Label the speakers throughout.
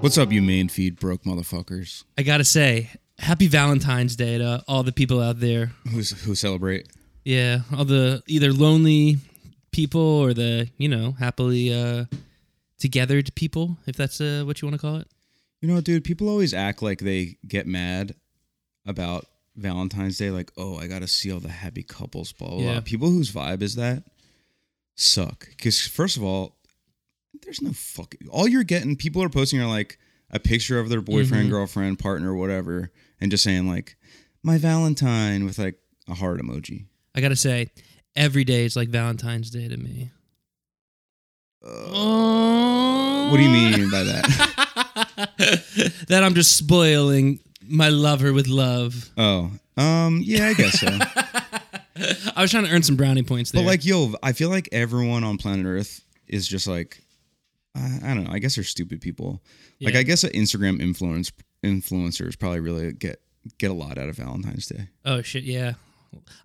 Speaker 1: What's up, you main feed broke motherfuckers
Speaker 2: I gotta say, happy Valentine's Day to all the people out there.
Speaker 1: who's, who celebrate?
Speaker 2: Yeah, all the either lonely people or the you know happily uh, togethered people, if that's uh, what you want to call it.
Speaker 1: You know, dude, people always act like they get mad about Valentine's Day, like, oh, I gotta see all the happy couples, blah blah.
Speaker 2: Yeah.
Speaker 1: blah. People whose vibe is that suck. Because first of all, there's no fucking. All you're getting, people are posting are like a picture of their boyfriend, girlfriend, partner, whatever, and just saying like, my Valentine with like a heart emoji.
Speaker 2: I gotta say, every day is like Valentine's Day to me.
Speaker 1: What do you mean by that?
Speaker 2: that I'm just spoiling my lover with love.
Speaker 1: oh, um, yeah, I guess so.
Speaker 2: I was trying to earn some brownie points there.
Speaker 1: But like, yo, I feel like everyone on planet Earth is just like, I, I don't know. I guess they're stupid people. Like,
Speaker 2: Yeah.
Speaker 1: I guess an Instagram influence influencers probably really get get a lot out of Valentine's Day.
Speaker 2: oh shit, yeah.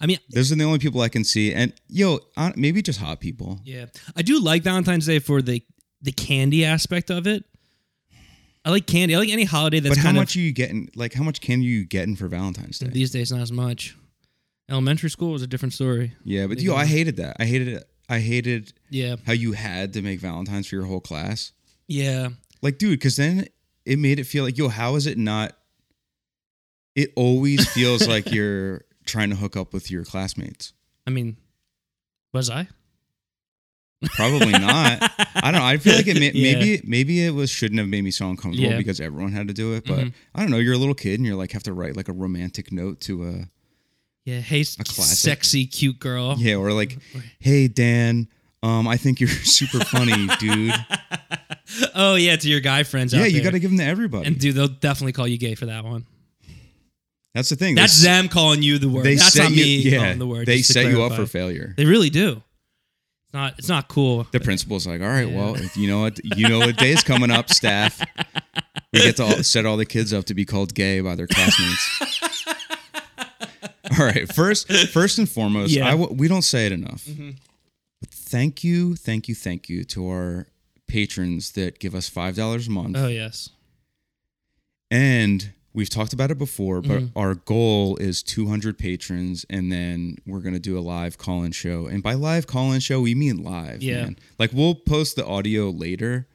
Speaker 2: I mean,
Speaker 1: Those are the only people I can see, and yo, hon- maybe just hot people.
Speaker 2: Yeah, I do like Valentine's Day for the the candy aspect of it. I like candy. I like any holiday that's
Speaker 1: but how
Speaker 2: kind
Speaker 1: much are you getting? Like, how much can you getting for Valentine's Day?
Speaker 2: of these days not as much. Elementary school was a different story.
Speaker 1: yeah, but yo, I hated that. I hated it. I hated
Speaker 2: Yeah,
Speaker 1: how you had to make Valentine's for your whole class.
Speaker 2: yeah,
Speaker 1: Like, dude, because then it made it feel like, yo, how is it not? It always feels like you're trying to hook up with your classmates.
Speaker 2: I mean, was I?
Speaker 1: Probably not. I don't know. I feel like it may,
Speaker 2: Yeah.
Speaker 1: maybe maybe it was shouldn't have made me so uncomfortable
Speaker 2: Yeah.
Speaker 1: because everyone had to do it. But
Speaker 2: Mhm.
Speaker 1: I don't know. You're a little kid and you're like have to write like a romantic note to a
Speaker 2: Yeah, hey,
Speaker 1: classic.
Speaker 2: sexy, cute girl.
Speaker 1: yeah or like, hey Dan, um, I think you're super funny, dude.
Speaker 2: Oh yeah, to your guy friends.
Speaker 1: yeah,
Speaker 2: out
Speaker 1: you
Speaker 2: there.
Speaker 1: got to give them to everybody.
Speaker 2: And dude, they'll definitely call you gay for that one.
Speaker 1: That's the thing.
Speaker 2: That's
Speaker 1: they,
Speaker 2: them calling you the word.
Speaker 1: They
Speaker 2: that's
Speaker 1: set
Speaker 2: not
Speaker 1: you,
Speaker 2: me
Speaker 1: yeah,
Speaker 2: calling the word.
Speaker 1: They
Speaker 2: just to
Speaker 1: set you up for
Speaker 2: clarify.
Speaker 1: failure.
Speaker 2: They really do. It's not. It's not cool.
Speaker 1: The principal's like, all right,
Speaker 2: Yeah.
Speaker 1: well, if you know what, you know what day is coming up, staff. We get to all, set all the kids up to be called gay by their classmates. all right, first, first and foremost,
Speaker 2: Yeah. Mm-hmm.
Speaker 1: I w- we don't say it enough, but thank you, thank you, thank you to our patrons that give us five dollars a month,
Speaker 2: Oh yes.
Speaker 1: and we've talked about it before, but
Speaker 2: Mm-hmm.
Speaker 1: our goal is two hundred patrons, and then we're gonna do a live call-in show, and by live call-in show we mean live,
Speaker 2: Yeah.
Speaker 1: man. Like we'll post the audio later,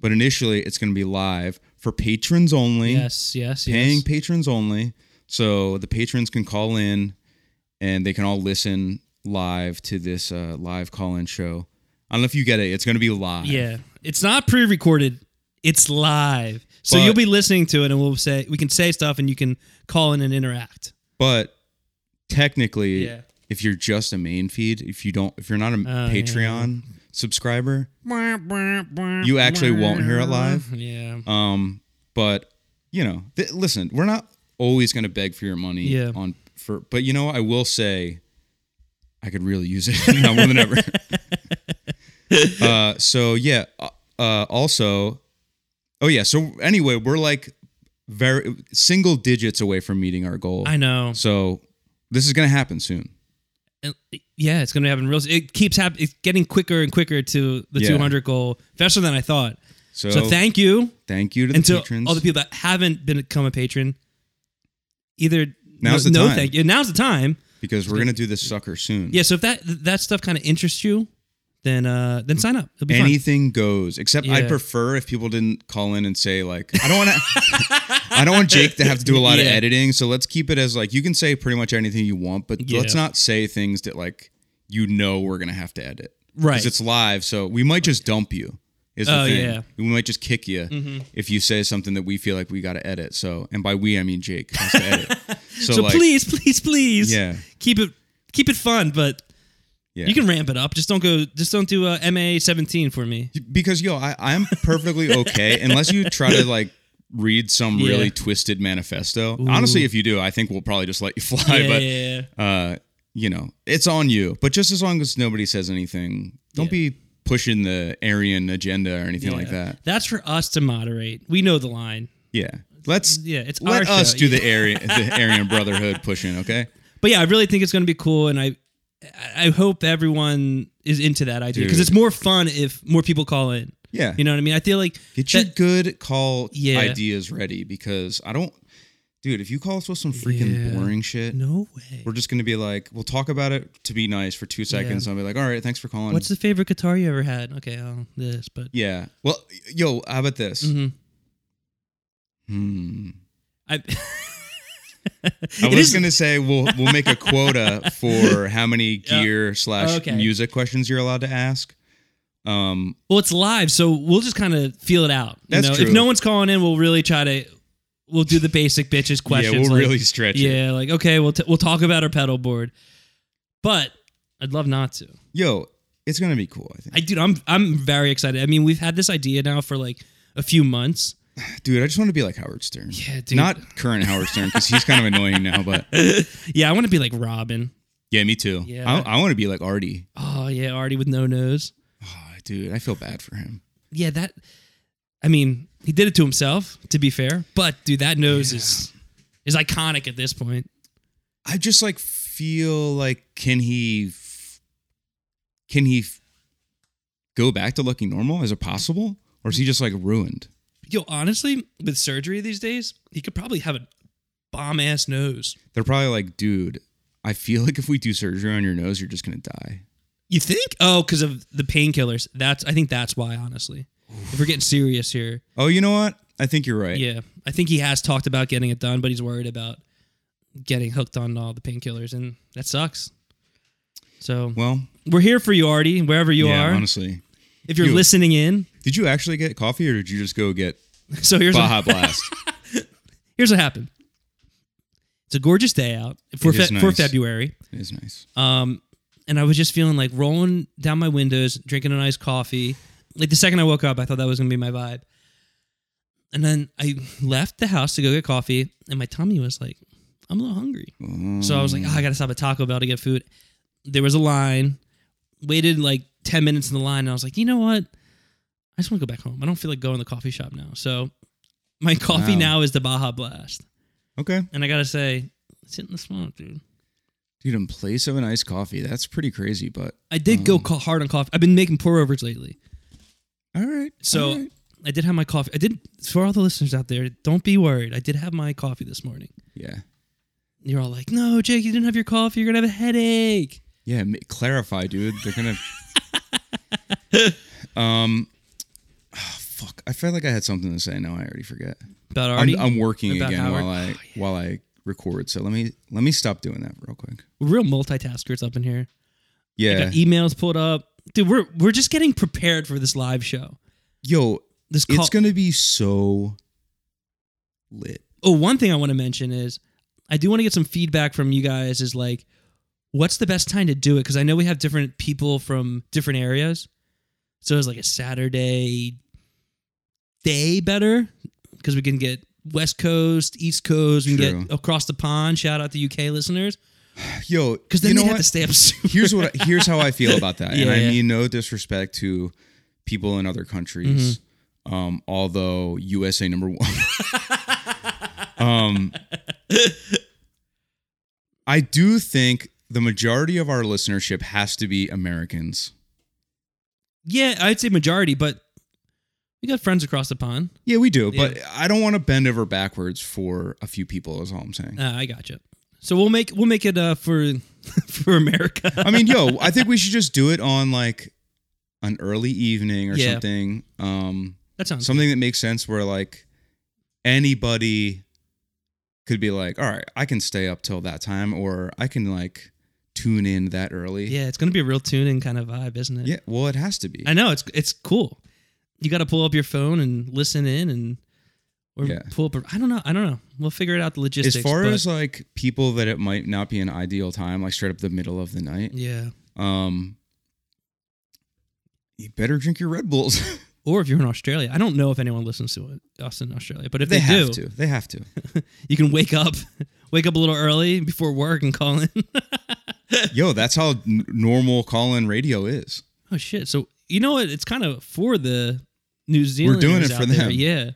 Speaker 1: but initially it's gonna be live for patrons only,
Speaker 2: Yes. Yes.
Speaker 1: paying
Speaker 2: yes.
Speaker 1: patrons only, so the patrons can call in, and they can all listen live to this uh, live call-in show. I don't know if you get it. It's gonna be live.
Speaker 2: Yeah, it's not pre-recorded. It's live, so
Speaker 1: But-
Speaker 2: you'll be listening to it, and we'll say we can say stuff, and you can call in and interact.
Speaker 1: but technically
Speaker 2: Yeah. Oh,
Speaker 1: if you're just a main feed if you don't if you're not a
Speaker 2: yeah.
Speaker 1: patreon subscriber you actually won't hear it live
Speaker 2: Uh-huh. Yeah,
Speaker 1: um but you know th- listen we're not always going to beg for your money
Speaker 2: Yeah.
Speaker 1: on for but you know i will say i could really use it now more than ever uh so yeah uh, uh also oh yeah so anyway we're like very single digits away from meeting our goal
Speaker 2: I know.
Speaker 1: so this is going to happen soon.
Speaker 2: And- Yeah, it's gonna happen real. It keeps happening. It's getting quicker and quicker to the
Speaker 1: Yeah.
Speaker 2: 200 goal, faster than I thought.
Speaker 1: So,
Speaker 2: so thank you,
Speaker 1: thank you to the
Speaker 2: and to
Speaker 1: patrons.
Speaker 2: all the people that haven't been- become a patron. Either
Speaker 1: Now's
Speaker 2: no,
Speaker 1: the
Speaker 2: no
Speaker 1: time.
Speaker 2: thank you. Now's the time.
Speaker 1: because we're going to do this sucker soon.
Speaker 2: Yeah. So if that that stuff kind of interests you, then uh then sign up. It'll be fun.
Speaker 1: Anything goes, except I'd
Speaker 2: Yeah.
Speaker 1: prefer if people didn't call in and say like, I don't want to, I don't want Jake to have to do a lot of
Speaker 2: Yeah.
Speaker 1: editing. So let's keep it as like you can say pretty much anything you want, but
Speaker 2: Yeah.
Speaker 1: let's not say things that like you know we're gonna have to edit,
Speaker 2: Right.
Speaker 1: Because it's live, so we might just dump you. Is the
Speaker 2: Oh,
Speaker 1: thing.
Speaker 2: yeah. Mm-hmm.
Speaker 1: we might just kick you if you say something that we feel like we got to edit. So, and by we I mean Jake has to edit. So,
Speaker 2: So
Speaker 1: like,
Speaker 2: please, please, please,
Speaker 1: Yeah.
Speaker 2: keep it keep it fun, but
Speaker 1: yeah.
Speaker 2: you can ramp it up. Just don't go. Just don't do uh, MA seventeen for me.
Speaker 1: because yo I, i'm perfectly okay unless you try to like read some
Speaker 2: Yeah.
Speaker 1: really twisted manifesto honestly if you do i think we'll probably just let you fly
Speaker 2: Yeah,
Speaker 1: but
Speaker 2: yeah, yeah.
Speaker 1: uh you know it's on you but just as long as nobody says anything don't be pushing the aryan agenda or anything like
Speaker 2: Yeah.
Speaker 1: that
Speaker 2: That's for us to moderate. We know the line,
Speaker 1: yeah let's
Speaker 2: Yeah, it's
Speaker 1: let
Speaker 2: our
Speaker 1: us
Speaker 2: show.
Speaker 1: do the aryan the aryan brotherhood pushing okay
Speaker 2: but yeah, I really think it's going to be cool, and I I hope everyone is into that idea because
Speaker 1: Dude.
Speaker 2: it's more fun if more people call in.
Speaker 1: Yeah.
Speaker 2: You know what I mean? I feel like
Speaker 1: Get your
Speaker 2: that-
Speaker 1: good call
Speaker 2: Yeah.
Speaker 1: ideas ready because I don't, dude. If you call us with some freaking
Speaker 2: Yeah.
Speaker 1: boring shit,
Speaker 2: no way.
Speaker 1: we're just gonna be like, we'll talk about it to be nice for two seconds. and I'll be like, all right, thanks for calling.
Speaker 2: What's the favorite guitar you ever had? Okay, I'll this, but
Speaker 1: yeah. Well, yo, how about this?
Speaker 2: Mhm.
Speaker 1: Hmm.
Speaker 2: I.
Speaker 1: I
Speaker 2: It
Speaker 1: was
Speaker 2: is-
Speaker 1: gonna say we'll we'll make a quota for how many
Speaker 2: Yeah.
Speaker 1: gear slash
Speaker 2: Okay.
Speaker 1: music questions you're allowed to ask. Um,
Speaker 2: Well, it's live, so we'll just kind of feel it out. You
Speaker 1: That's
Speaker 2: know?
Speaker 1: true.
Speaker 2: If no one's calling in, we'll really try to. We'll do the basic bitches questions.
Speaker 1: yeah, we'll
Speaker 2: like-
Speaker 1: really stretch it.
Speaker 2: Yeah, like okay, we'll t- we'll talk about our pedal board, but I'd love not to.
Speaker 1: Yo, it's gonna be cool. I think,
Speaker 2: I dude, I'm I'm very excited. I mean, we've had this idea now for like a few months.
Speaker 1: dude. I just want to be like Howard Stern.
Speaker 2: Yeah, dude.
Speaker 1: Not current Howard Stern because he's kind of annoying now, but
Speaker 2: yeah, I want to be like Robin.
Speaker 1: yeah, me too.
Speaker 2: Yeah.
Speaker 1: I, I want to be like Artie.
Speaker 2: Oh yeah, Artie with no nose.
Speaker 1: Oh, dude, I feel bad for him.
Speaker 2: Yeah, that. I mean, he did it to himself. To be fair, but dude, that nose is is iconic at this point.
Speaker 1: I just like feel like can he f- can he f- go back to looking normal? Is it possible, or is he just like ruined?
Speaker 2: Yo, honestly, with surgery these days, he could probably have a bomb ass nose.
Speaker 1: They're probably like, dude, I feel like if we do surgery on your nose, you're just gonna die.
Speaker 2: You think? Oh, because of the painkillers. That's I think that's why. Honestly, if we're getting serious here,
Speaker 1: Oh, you know what? I think you're right.
Speaker 2: yeah, I think he has talked about getting it done, but he's worried about getting hooked on all the painkillers, and that sucks. So
Speaker 1: Well,
Speaker 2: we're here for you, Artie, wherever you
Speaker 1: yeah,
Speaker 2: are.
Speaker 1: honestly.
Speaker 2: if you're
Speaker 1: you-
Speaker 2: listening in,
Speaker 1: Did you actually get coffee or did you just go get
Speaker 2: so here's
Speaker 1: Baja
Speaker 2: what,
Speaker 1: Blast?
Speaker 2: here's what happened. It's a gorgeous day out for
Speaker 1: It is
Speaker 2: Fe- for
Speaker 1: nice.
Speaker 2: February.
Speaker 1: It is nice.
Speaker 2: Um, and I was just feeling like rolling down my windows, drinking a nice coffee. Like the second I woke up, I thought that was gonna be my vibe. And then I left the house to go get coffee, and my tummy was like, I'm a little hungry. So I was like, oh, I gotta stop at Taco Bell to get food. There was a line, waited like 10 minutes in the line, and I was like, you know what? I just wanna go back home. I don't feel like going to the coffee shop now. So my coffee
Speaker 1: Wow.
Speaker 2: now is the Baja Blast.
Speaker 1: Um, okay.
Speaker 2: And I gotta say, it's hitting the swamp, dude.
Speaker 1: Dude, in place of an iced coffee, that's pretty crazy, but
Speaker 2: I did
Speaker 1: Mm.
Speaker 2: go ca- hard on coffee. I've been making pour overs lately.
Speaker 1: all right.
Speaker 2: So
Speaker 1: all right.
Speaker 2: I did have my coffee. I did for all the listeners out there. Don't be worried. I did have my coffee this morning.
Speaker 1: yeah.
Speaker 2: You're all like, "No, Jake, you didn't have your coffee. You're gonna have a headache."
Speaker 1: Yeah, ma- clarify, dude. They're gonna. um, ah, fuck. I felt like I had something to say. No, I already forget.
Speaker 2: About
Speaker 1: I'm,
Speaker 2: Artie,
Speaker 1: I'm working
Speaker 2: About
Speaker 1: again
Speaker 2: Howard?
Speaker 1: while I
Speaker 2: Oh, yeah.
Speaker 1: while I record. So let me let me stop doing that real quick.
Speaker 2: we're real multitaskers up in here. I
Speaker 1: Yeah,
Speaker 2: got emails pulled up, dude. We're we're just getting prepared for this live show.
Speaker 1: yo,
Speaker 2: This call.
Speaker 1: it's gonna be so lit.
Speaker 2: oh, one thing I want to mention is I do want to get some feedback from you guys. Is like, what's the best time to do it? Because I know we have different people from different areas. So it's like a Saturday day better because we can get West Coast, East Coast, we can
Speaker 1: True.
Speaker 2: get across the pond. Shout out to UK listeners
Speaker 1: Yo,
Speaker 2: because then
Speaker 1: you know
Speaker 2: they
Speaker 1: what?
Speaker 2: have to stay up. super-
Speaker 1: here's what I- here's how I feel about that, and I
Speaker 2: Yeah.
Speaker 1: mean no disrespect to people in other countries.
Speaker 2: Mm-hmm.
Speaker 1: Um, although USA number one, um, I do think the majority of our listenership has to be Americans.
Speaker 2: yeah, I'd say majority, but we got friends across the pond.
Speaker 1: Yeah, we do, but I don't want to bend over backwards for a few people. Is all I'm saying.
Speaker 2: Uh, I gotcha. So we'll make we'll make it uh, for for America.
Speaker 1: I mean, yo, I think we should just do it on like an early evening or
Speaker 2: Yeah.
Speaker 1: something. Um,
Speaker 2: that sounds
Speaker 1: something that makes sense where like anybody could be like, all right, I can stay up till that time, or I can like tune in that early.
Speaker 2: Yeah, it's gonna be a real tune in kind of vibe, isn't it?
Speaker 1: Yeah, well, it has to be.
Speaker 2: I know it's it's cool. You got to pull up your phone and listen in, and or
Speaker 1: Yeah.
Speaker 2: pull up. A, I don't know. I don't know. We'll figure it out the
Speaker 1: As
Speaker 2: logistics.
Speaker 1: far
Speaker 2: but-
Speaker 1: as like people that it might not be an ideal time, like straight up the middle of the night,
Speaker 2: yeah,
Speaker 1: um, you better drink your Red Bulls.
Speaker 2: or if you're in Australia, I don't know if anyone listens to it, us in Australia, but if they, do,
Speaker 1: have to. They have to.
Speaker 2: you can wake up, wake up a little early before work and call in.
Speaker 1: Yo, that's how n- normal call-in radio is.
Speaker 2: oh shit! So you know what? It's kind of for the New Zealand.
Speaker 1: doing it for them.
Speaker 2: Yeah.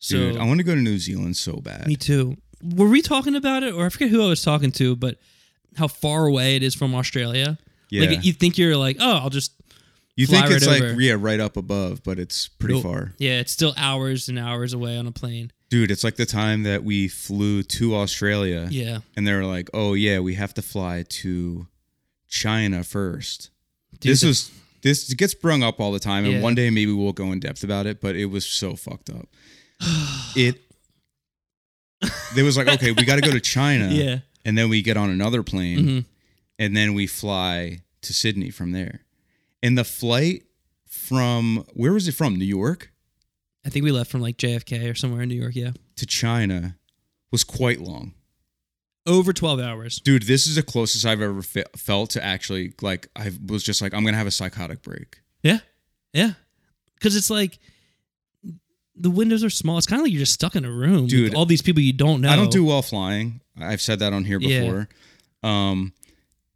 Speaker 2: So
Speaker 1: Dude, I want to go to New Zealand so bad.
Speaker 2: Me too. Were we talking about it, or I forget who I was talking to, but how far away it is from Australia?
Speaker 1: Yeah.
Speaker 2: Like you think you're like, oh, I'll just
Speaker 1: You
Speaker 2: fly
Speaker 1: think
Speaker 2: right
Speaker 1: it's like
Speaker 2: over.
Speaker 1: yeah, right up above, but it's pretty
Speaker 2: Nope.
Speaker 1: far.
Speaker 2: Yeah, it's still hours and hours away on a plane.
Speaker 1: Dude, it's like the time that we flew to Australia
Speaker 2: Yeah.
Speaker 1: and they were like, "Oh yeah, we have to fly to China first.
Speaker 2: Dude,
Speaker 1: this
Speaker 2: the-
Speaker 1: was this gets brung up all the time, and
Speaker 2: Yeah.
Speaker 1: one day maybe we'll go in depth about it. But it was so fucked up. It. They was like, okay, we got to go to China,
Speaker 2: Yeah.
Speaker 1: and then we get on another plane,
Speaker 2: Mhm.
Speaker 1: and then we fly to Sydney from there. And the flight from where was it from? New York
Speaker 2: I think we left from like JFK or somewhere in New York. Yeah.
Speaker 1: to China was quite long.
Speaker 2: Over 12 hours.
Speaker 1: Dude, this is the closest I've ever fe- felt to actually like I was just like I'm gonna have a psychotic break.
Speaker 2: Yeah. Yeah. Because it's like the windows are small. It's kind of like you're just stuck in a room
Speaker 1: Dude,
Speaker 2: with all these people you don't know.
Speaker 1: I don't do well flying. I've said that on here
Speaker 2: Yeah.
Speaker 1: before. Um,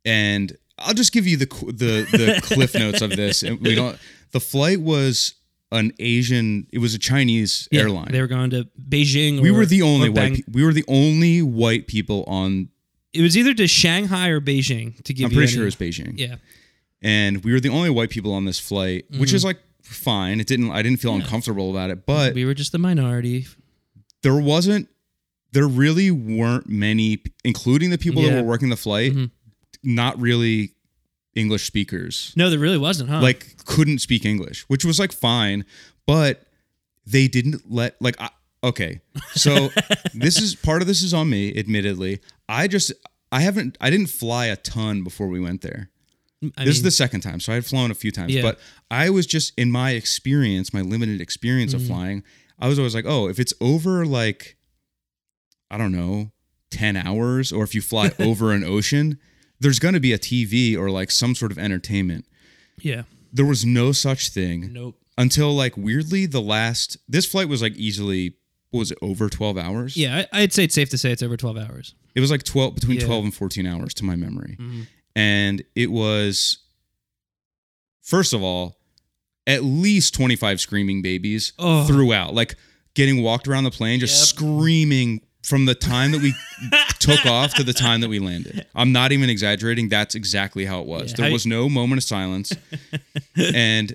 Speaker 1: and I'll just give you the qu- the the cliff notes of this. And We don't. The flight was an Asian. It was a Chinese
Speaker 2: Yeah,
Speaker 1: airline.
Speaker 2: They were going to Beijing.
Speaker 1: we
Speaker 2: or-
Speaker 1: were the only
Speaker 2: or
Speaker 1: white.
Speaker 2: Bang-
Speaker 1: pe- We were the only white people on.
Speaker 2: It was either to Shanghai or Beijing to give
Speaker 1: I'm
Speaker 2: you.
Speaker 1: pretty sure it
Speaker 2: any-
Speaker 1: was Beijing.
Speaker 2: Yeah.
Speaker 1: And we were the only white people on this flight, which
Speaker 2: Mm-hmm.
Speaker 1: is like fine. It didn't. I didn't feel uncomfortable about it, but
Speaker 2: we were just the minority.
Speaker 1: there wasn't there really weren't many including the people
Speaker 2: Yeah.
Speaker 1: that were working the flight not really english speakers
Speaker 2: No, there really wasn't, huh?
Speaker 1: like couldn't speak english which was like fine but they didn't let like I, okay so this is part of this is on me admittedly i just i haven't i didn't fly a ton before we went there
Speaker 2: I
Speaker 1: this
Speaker 2: mean,
Speaker 1: is the second time, so I had flown a few times,
Speaker 2: Yeah.
Speaker 1: but I was just in my experience, my limited experience
Speaker 2: Mm-hmm.
Speaker 1: of flying, I was always like, oh, if it's over like, I don't know, 10 hours, or if you fly over an ocean, there's going to be a TV or like some sort of entertainment.
Speaker 2: yeah.
Speaker 1: There was no such thing
Speaker 2: Nope.
Speaker 1: until like weirdly the last, this flight was like easily, what was it, over 12 hours?
Speaker 2: Yeah, I, I'd say it's safe to say it's over 12 hours.
Speaker 1: It was like 12 between
Speaker 2: Yeah.
Speaker 1: 12 and 14 hours to my memory.
Speaker 2: Mhm.
Speaker 1: And it was first of all at least 25 screaming babies
Speaker 2: Oh.
Speaker 1: throughout. Like getting walked around the plane just
Speaker 2: Yep.
Speaker 1: screaming from the time that we took off to the time that we landed. I'm not even exaggerating, that's exactly how it was.
Speaker 2: Yeah.
Speaker 1: There
Speaker 2: How-
Speaker 1: was no moment of silence. and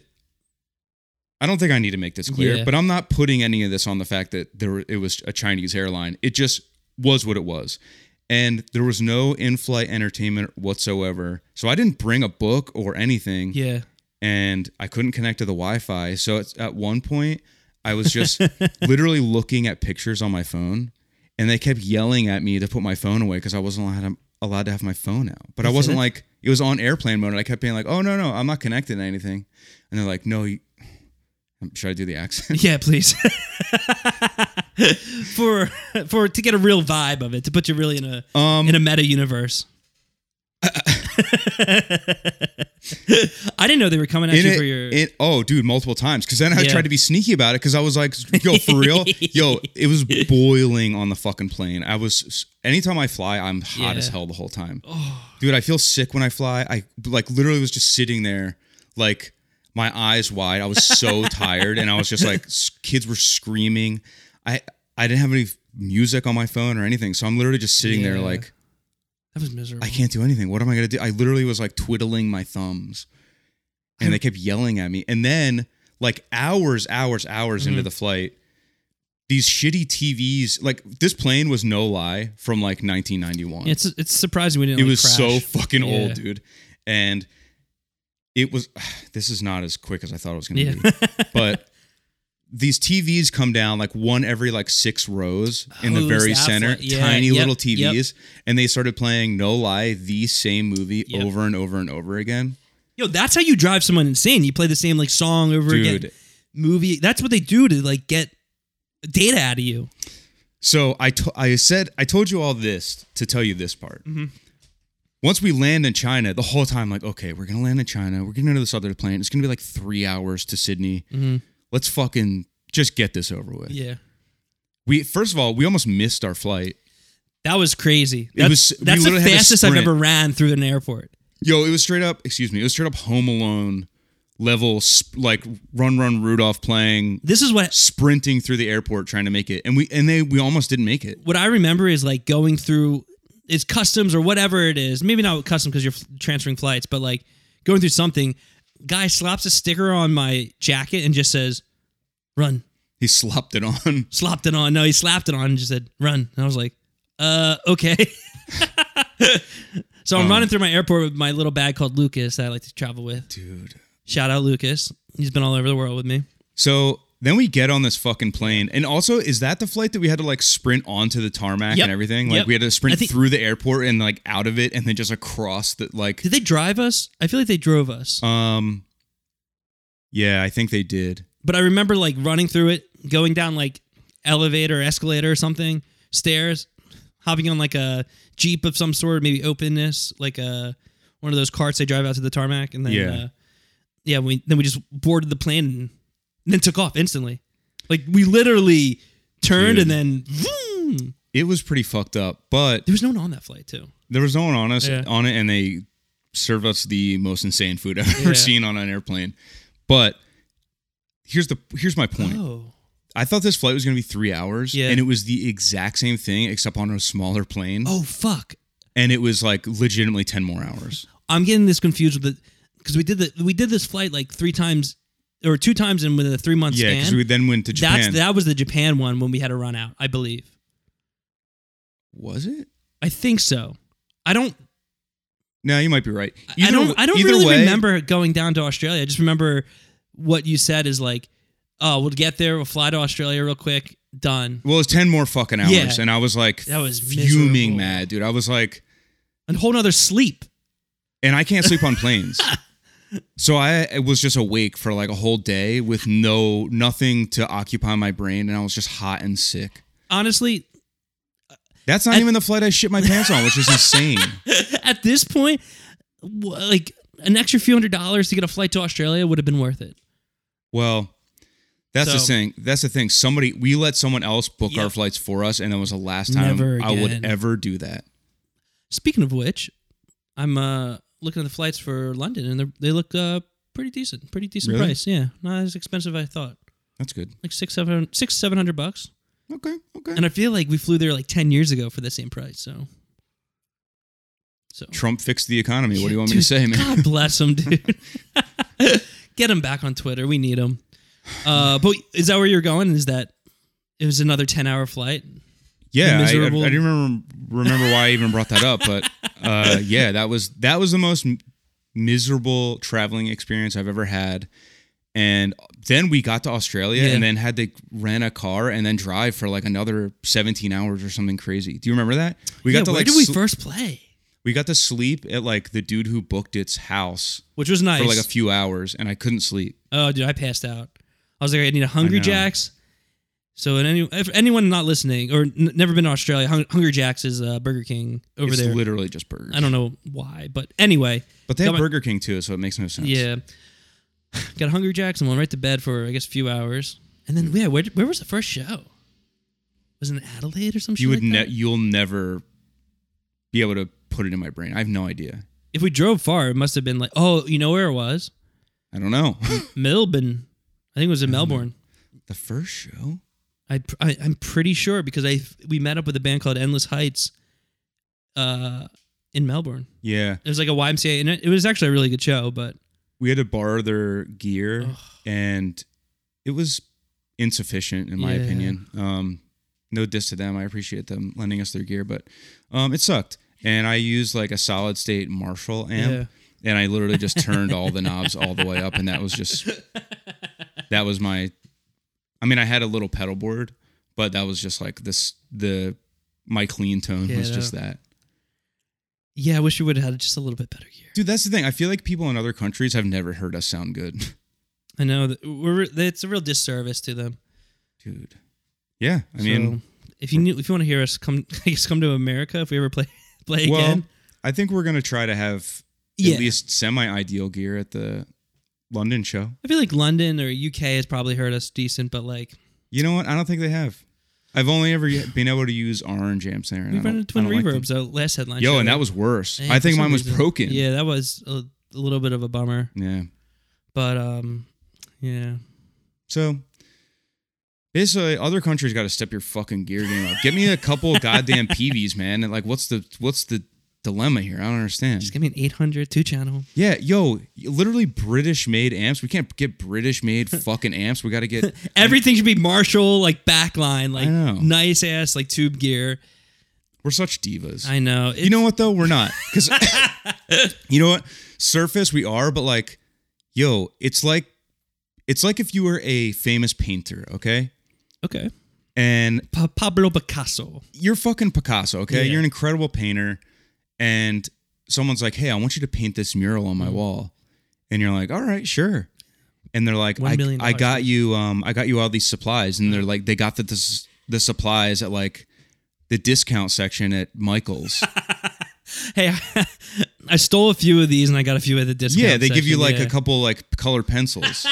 Speaker 1: I don't think I need to make this clear,
Speaker 2: Yeah.
Speaker 1: but I'm not putting any of this on the fact that there were- it was a Chinese airline. It just was what it was. And there was no in-flight entertainment whatsoever. So I didn't bring a book or anything
Speaker 2: Yeah.
Speaker 1: and I couldn't connect to the Wi-Fi. So it's, at one point I was just literally looking at pictures on my phone and they kept yelling at me to put my phone away because I wasn't allowed to, allowed to have my phone out. But I wasn't like it was on airplane mode and I kept being like, "Oh no, no, I'm not connected to anything." And they're like, "No, you, should I do the accent?"
Speaker 2: Yeah, please. for for to get a real vibe of it, to put you really in a
Speaker 1: Um
Speaker 2: in a meta universe. I didn't know they were coming at
Speaker 1: in
Speaker 2: you
Speaker 1: it-
Speaker 2: for your.
Speaker 1: in- oh, dude, multiple times. Because then I
Speaker 2: Yeah.
Speaker 1: tried to be sneaky about it. Because I was like, "Yo, for real, yo, it was boiling on the fucking plane." I was. Anytime I fly, I'm hot
Speaker 2: Yeah. Oh.
Speaker 1: as hell the whole time. Dude, I feel sick when I fly. I like literally was just sitting there, like my eyes wide. I was so tired, and I was just like, s- kids were screaming. I I didn't have any music on my phone or anything, so I'm literally just sitting there
Speaker 2: Yeah.
Speaker 1: like.
Speaker 2: that was miserable.
Speaker 1: I can't do anything. What am I going to do? I literally was like twiddling my thumbs and they kept yelling at me. And then, like, hours, hours, hours into the flight, these shitty TVs, like, this plane was no lie from like 1991.
Speaker 2: It's it's surprising we didn't.
Speaker 1: it
Speaker 2: like,
Speaker 1: was
Speaker 2: crash.
Speaker 1: so fucking
Speaker 2: Yeah.
Speaker 1: old, dude. And it was, this is not as quick as I thought it was going to
Speaker 2: Yeah.
Speaker 1: be but these TVs come down like one every like six rows in
Speaker 2: Oh,
Speaker 1: the
Speaker 2: it was
Speaker 1: very
Speaker 2: that
Speaker 1: center,
Speaker 2: flight. Yeah,
Speaker 1: tiny
Speaker 2: yep,
Speaker 1: little TVs, and they started playing No Lie the same movie
Speaker 2: Yep.
Speaker 1: over and over and over again.
Speaker 2: Yo, that's how you drive someone insane. You play the same like song over again.
Speaker 1: Dude,
Speaker 2: Movie. That's what they do to like get data out of you.
Speaker 1: so I to- I said I told you all this to tell you this part. Once we land in China, the whole time like, okay, we're gonna land in China. We're getting into this other plane. It's gonna be like three hours to Sydney. Let's fucking just get this over with.
Speaker 2: Yeah.
Speaker 1: We first of all, we almost missed our flight.
Speaker 2: That was crazy.
Speaker 1: It
Speaker 2: That's,
Speaker 1: was- we
Speaker 2: that's the
Speaker 1: literally had to
Speaker 2: fastest I've
Speaker 1: sprint.
Speaker 2: ever ran through an airport.
Speaker 1: Yo, it was straight up. Excuse me. It was straight up Home Alone level, sp- like Run Run Rudolph playing,
Speaker 2: This is what
Speaker 1: sprinting through the airport trying to make it, and we and they we almost didn't make it.
Speaker 2: what I remember is like going through it's customs or whatever it is. Maybe not custom because you're f- transferring flights, but like going through something Guy slaps a sticker on my jacket and just says, "Run."
Speaker 1: He slopped it on.
Speaker 2: Slapped it on. No, he slapped it on and just said, "Run." And I was like, "Uh, okay." so I'm
Speaker 1: Um,
Speaker 2: running through my airport with my little bag called Lucas that I like to travel with.
Speaker 1: Dude.
Speaker 2: Shout out Lucas. He's been all over the world with me.
Speaker 1: So then we get on this fucking plane. And also, is that the flight that we had to like sprint onto the tarmac
Speaker 2: Yep.
Speaker 1: and everything? Like
Speaker 2: Yep.
Speaker 1: we had to
Speaker 2: I
Speaker 1: sprint
Speaker 2: think-
Speaker 1: through the airport and like out of it and then just across the like
Speaker 2: Did they drive us? I feel like they drove us.
Speaker 1: um Yeah, I think they did.
Speaker 2: but I remember like running through it, going down like elevator, escalator, or something, stairs, hopping on like a jeep of some sort, maybe openness, like a one of those carts they drive out to the tarmac, and then
Speaker 1: Yeah.
Speaker 2: uh, yeah, we then we just boarded the plane and then took off instantly. Like we literally turned
Speaker 1: Dude.
Speaker 2: and then vroom.
Speaker 1: It was pretty fucked up, but
Speaker 2: there was no one on that flight too.
Speaker 1: there was no one on us
Speaker 2: Yeah.
Speaker 1: on it, and they served us the most insane food I've
Speaker 2: Yeah.
Speaker 1: ever seen on an airplane. But here's the here's my point.
Speaker 2: Oh,
Speaker 1: I thought this flight was going to be three hours,
Speaker 2: Yeah.
Speaker 1: and it was the exact same thing except on a smaller plane,
Speaker 2: oh fuck!
Speaker 1: and it was like legitimately ten more hours.
Speaker 2: I'm getting this confused with the because we did the we did this flight like three times or two times in within a three month
Speaker 1: Yeah,
Speaker 2: span.
Speaker 1: because we then went to Japan.
Speaker 2: That's that was the Japan one when we had a run out, I believe.
Speaker 1: was it?
Speaker 2: I think so. I don't.
Speaker 1: No, you might be right.
Speaker 2: I don't. I don't
Speaker 1: either
Speaker 2: really
Speaker 1: way-
Speaker 2: remember going down to Australia. I just remember what you said is like, "Oh, we'll get there. We'll fly to Australia real quick. Done."
Speaker 1: Well, it's ten more fucking hours,
Speaker 2: Yeah.
Speaker 1: and I was like,
Speaker 2: That was
Speaker 1: fuming
Speaker 2: miserable.
Speaker 1: mad, dude. I was like,
Speaker 2: A whole nother sleep.
Speaker 1: and I can't sleep on planes. So I I was just awake for like a whole day with no nothing to occupy my brain, and I was just hot and sick.
Speaker 2: Honestly,
Speaker 1: That's not
Speaker 2: I-
Speaker 1: even the flight I shit my pants on, which is insane.
Speaker 2: at this point, wh- like an extra few hundred dollars to get a flight to Australia would have been worth it.
Speaker 1: Well, that's the
Speaker 2: So-
Speaker 1: thing. That's the thing. Somebody we let someone else book
Speaker 2: Yeah.
Speaker 1: our flights for us, and that was the last time
Speaker 2: Never
Speaker 1: I would
Speaker 2: again.
Speaker 1: ever do that.
Speaker 2: Speaking of which, I'm uh, looking at the flights for London, and they're- they look uh, pretty decent. Pretty decent
Speaker 1: Really?
Speaker 2: price. Yeah, not as expensive as I thought.
Speaker 1: That's good.
Speaker 2: like six seven six seven hundred bucks,
Speaker 1: Okay. Okay.
Speaker 2: and I feel like we flew there like ten years ago for the same price. So, so
Speaker 1: Trump fixed the economy. What do you want me
Speaker 2: Dude,
Speaker 1: to say, man?
Speaker 2: God bless him, dude. Get him back on Twitter. We need him. Uh, but is that where you're going? Is that it was another ten hour flight?
Speaker 1: Yeah,
Speaker 2: The
Speaker 1: I, I,
Speaker 2: miserable-
Speaker 1: I didn't remember, remember why I even brought that up, but uh, yeah, that was that was the most m- miserable traveling experience I've ever had. And then we got to Australia
Speaker 2: Yeah.
Speaker 1: and then had to rent a car and then drive for like another 17 hours or something crazy. Do you remember that? We
Speaker 2: yeah,
Speaker 1: got to
Speaker 2: where
Speaker 1: like
Speaker 2: did we
Speaker 1: sl-
Speaker 2: first play?
Speaker 1: we got to sleep at like the dude who booked its house
Speaker 2: Which was nice.
Speaker 1: for like a few hours and I couldn't sleep.
Speaker 2: oh, dude, I passed out. I was like, I need a Hungry
Speaker 1: know.
Speaker 2: Jacks. So, and any, if anyone not listening or n- never been to Australia, Hun- Hungry Jacks is uh, Burger King over
Speaker 1: it's
Speaker 2: there.
Speaker 1: literally just burgers.
Speaker 2: I don't know why, but anyway,
Speaker 1: but they have
Speaker 2: Come on.
Speaker 1: Burger King too, so it makes no sense.
Speaker 2: Yeah. Got Hungry Jacks and went right to bed for, I guess, a few hours. And then, yeah, where, where was the first show? Was it in Adelaide or some shit?
Speaker 1: you would
Speaker 2: like
Speaker 1: ne-
Speaker 2: that?
Speaker 1: you'll never be able to put it in my brain. I have no idea.
Speaker 2: If we drove far, it must have been like, oh, you know where it was?
Speaker 1: I don't know.
Speaker 2: Melbourne. I think it was
Speaker 1: Um,
Speaker 2: in Melbourne.
Speaker 1: the first show?
Speaker 2: I, pr- I, I'm pretty sure because I we met up with a band called Endless Heights uh, in Melbourne.
Speaker 1: Yeah.
Speaker 2: It was like a YMCA, and it, it was actually a really good show, but
Speaker 1: We had to borrow their gear
Speaker 2: Ugh.
Speaker 1: and it was insufficient in my
Speaker 2: Yeah.
Speaker 1: opinion. Um no diss to them. I appreciate them lending us their gear, but um it sucked. And I used like a solid state Marshall amp and I literally just turned all the knobs all the way up and that was just that was my I mean I had a little pedal board, but that was just like this the my clean tone was
Speaker 2: Yeah.
Speaker 1: just that.
Speaker 2: yeah, I wish we would have had just a little bit better gear.
Speaker 1: Dude, that's the thing. I feel like people in other countries have never heard us sound good.
Speaker 2: I know that we're, it's a real disservice to them.
Speaker 1: Dude. Yeah, I mean,
Speaker 2: So, if you knew, if you want to hear us, come I guess come to America if we ever play play
Speaker 1: well,
Speaker 2: again.
Speaker 1: I think we're going to try to have
Speaker 2: Yeah,
Speaker 1: at least semi-ideal gear at the London show.
Speaker 2: I feel like London or UK has probably heard us decent, but like
Speaker 1: You know what? I don't think they have. I've only ever been able to use orange amps there. and
Speaker 2: we
Speaker 1: I
Speaker 2: ran
Speaker 1: don't-
Speaker 2: into Twin
Speaker 1: I don't like them.
Speaker 2: Reverbs our last headline.
Speaker 1: Yo,
Speaker 2: show.
Speaker 1: and that was worse.
Speaker 2: And
Speaker 1: I
Speaker 2: for
Speaker 1: think
Speaker 2: some
Speaker 1: mine was
Speaker 2: reason-
Speaker 1: broken.
Speaker 2: Yeah, that was a, a little bit of a bummer,
Speaker 1: Yeah.
Speaker 2: but um, yeah.
Speaker 1: So basically, other countries got to step your fucking gear game up. Get me a couple goddamn PVs, man. And like, what's the what's the dilemma here. I don't understand.
Speaker 2: Just give me an 800 two channel.
Speaker 1: Yeah, yo, literally British made amps. We can't get British made fucking amps. We got to get
Speaker 2: Everything should be Marshall like backline, like
Speaker 1: know.
Speaker 2: nice ass like tube gear.
Speaker 1: We're such divas.
Speaker 2: I know. It's,
Speaker 1: you know what though? We're not. Cuz You know what? Surface we are, but like yo, it's like it's like if you were a famous painter, okay?
Speaker 2: Okay.
Speaker 1: And
Speaker 2: Pa- Pablo Picasso.
Speaker 1: you're fucking Picasso, okay?
Speaker 2: Yeah.
Speaker 1: You're an incredible painter, and someone's like, "Hey, I want you to paint this mural on my
Speaker 2: Mm-hmm.
Speaker 1: wall," and you're like, "All right, sure." And they're like,
Speaker 2: One
Speaker 1: I,
Speaker 2: million
Speaker 1: I
Speaker 2: dollars.
Speaker 1: got you, um, I got you all these supplies," and they're like, "They got the this, the supplies at like the discount section at Michael's."
Speaker 2: Hey, I stole a few of these and I got a few at the discount.
Speaker 1: yeah, they give you
Speaker 2: section,
Speaker 1: like
Speaker 2: yeah.
Speaker 1: a couple like colored pencils,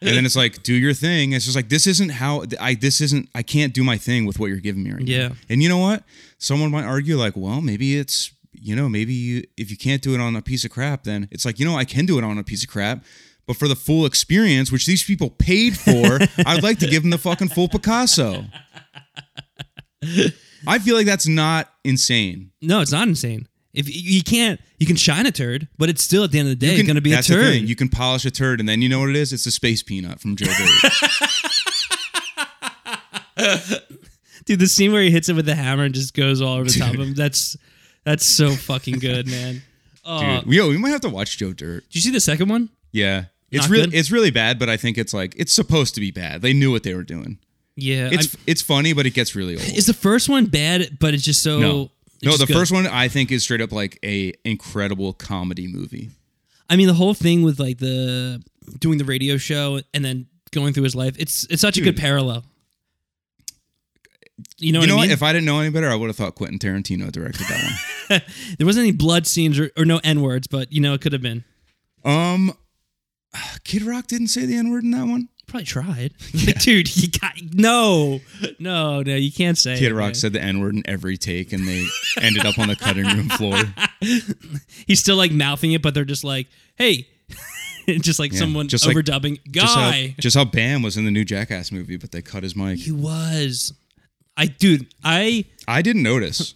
Speaker 1: and then it's like, "Do your thing." It's just like this isn't how I this isn't I can't do my thing with what you're giving me right now.
Speaker 2: Yeah.
Speaker 1: And you know what? Someone might argue like, well, maybe it's you know, maybe you if you can't do it on a piece of crap, then it's like you know I can do it on a piece of crap, but for the full experience, which these people paid for, I'd like to give them the fucking full Picasso. I feel like that's not insane.
Speaker 2: No, it's not insane. If you you can't, you can shine a turd, but it's still at the end of the day
Speaker 1: You can-
Speaker 2: going to be a
Speaker 1: that's the
Speaker 2: turd.
Speaker 1: thing. You can polish a turd, and then you know what it is? It's a space peanut from Joe Dirt.
Speaker 2: Dude, the scene where he hits it with the hammer and just goes all over the top of him. That's that's so fucking good, man. Oh,
Speaker 1: Dude, Uh, yo, we might have to watch Joe Dirt.
Speaker 2: did you see the second one?
Speaker 1: Yeah, it's
Speaker 2: Not
Speaker 1: really
Speaker 2: good?
Speaker 1: it's really bad, but I think it's like it's supposed to be bad. They knew what they were doing.
Speaker 2: Yeah,
Speaker 1: It's
Speaker 2: I'm-
Speaker 1: it's funny, but it gets really old.
Speaker 2: is the first one bad? But it's just so
Speaker 1: No,
Speaker 2: Oh, it's
Speaker 1: no.
Speaker 2: just
Speaker 1: the
Speaker 2: good.
Speaker 1: first one I think is straight up like a incredible comedy movie.
Speaker 2: I mean, the whole thing with like the doing the radio show and then going through his life. It's it's such a
Speaker 1: Dude.
Speaker 2: good parallel. You know
Speaker 1: You
Speaker 2: what
Speaker 1: know
Speaker 2: I
Speaker 1: what?
Speaker 2: mean?
Speaker 1: If I didn't know any better, I would have thought Quentin Tarantino directed that
Speaker 2: there wasn't any blood scenes or, or no n words, but you know it could have been.
Speaker 1: one. Um, Kid Rock didn't say the N word in that one.
Speaker 2: Probably tried, Like, dude. You got no, no, no. You can't say
Speaker 1: Kid
Speaker 2: it,
Speaker 1: Rock
Speaker 2: man.
Speaker 1: said the N word in every take, and they ended up on the cutting room floor.
Speaker 2: He's still like mouthing it, but they're just like, hey, just like
Speaker 1: Yeah,
Speaker 2: someone
Speaker 1: just like-
Speaker 2: overdubbing
Speaker 1: Just how,
Speaker 2: guy.
Speaker 1: just how Bam was in the new Jackass movie, but they cut his mic.
Speaker 2: he was. I dude, I
Speaker 1: I didn't notice.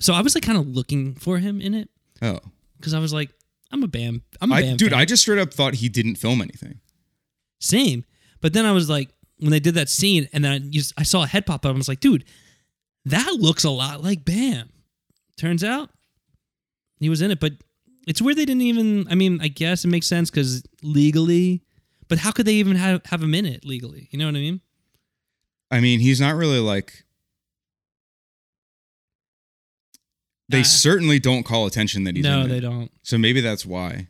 Speaker 2: so I was like kind of looking for him in it
Speaker 1: Oh,
Speaker 2: because I was like, I'm a bam, I'm a
Speaker 1: I,
Speaker 2: bam,
Speaker 1: dude,
Speaker 2: fan.
Speaker 1: I just straight up thought he didn't film anything.
Speaker 2: same. But then I was like, when they did that scene, and then I, just, I saw a head pop up, I was like, dude, that looks a lot like Bam. Turns out he was in it, but it's weird they didn't even. I mean, I guess it makes sense because legally, but how could they even have, have him in it legally? You know what I mean?
Speaker 1: I mean, he's not really like. They
Speaker 2: Uh,
Speaker 1: certainly don't call attention that he's
Speaker 2: no,
Speaker 1: in
Speaker 2: they
Speaker 1: it.
Speaker 2: don't.
Speaker 1: So maybe that's why.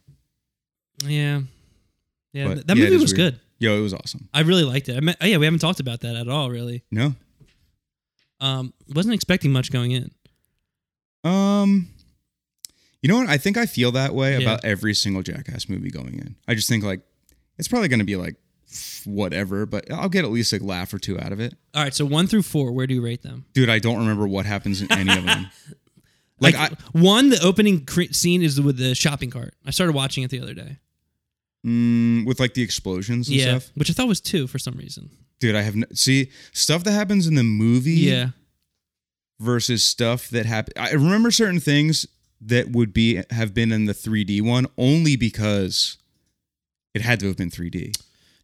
Speaker 2: Yeah, yeah.
Speaker 1: But,
Speaker 2: th- that
Speaker 1: yeah, it
Speaker 2: movie
Speaker 1: is
Speaker 2: was
Speaker 1: weird.
Speaker 2: good.
Speaker 1: Yo, it was awesome.
Speaker 2: I really liked it. I mean, oh, yeah, we haven't talked about that at all, really.
Speaker 1: No,
Speaker 2: Um, wasn't expecting much going in.
Speaker 1: um, you know what? I think I feel that way
Speaker 2: Yeah.
Speaker 1: about every single Jackass movie going in. I just think like it's probably going to be like whatever, but I'll get at least like laugh or two out of it.
Speaker 2: All right, so one through four, where do you rate them?
Speaker 1: Dude, I don't remember what happens in any of them.
Speaker 2: Like,
Speaker 1: Like, I,
Speaker 2: one, the opening cre- scene is with the shopping cart. I started watching it the other day.
Speaker 1: mm, with like the explosions and
Speaker 2: yeah,
Speaker 1: stuff.
Speaker 2: which I thought was two for some reason.
Speaker 1: Dude, I have no, see stuff that happens in the movie.
Speaker 2: Yeah,
Speaker 1: versus stuff that happened. I remember certain things that would be have been in the 3D one only because it had to have been 3D.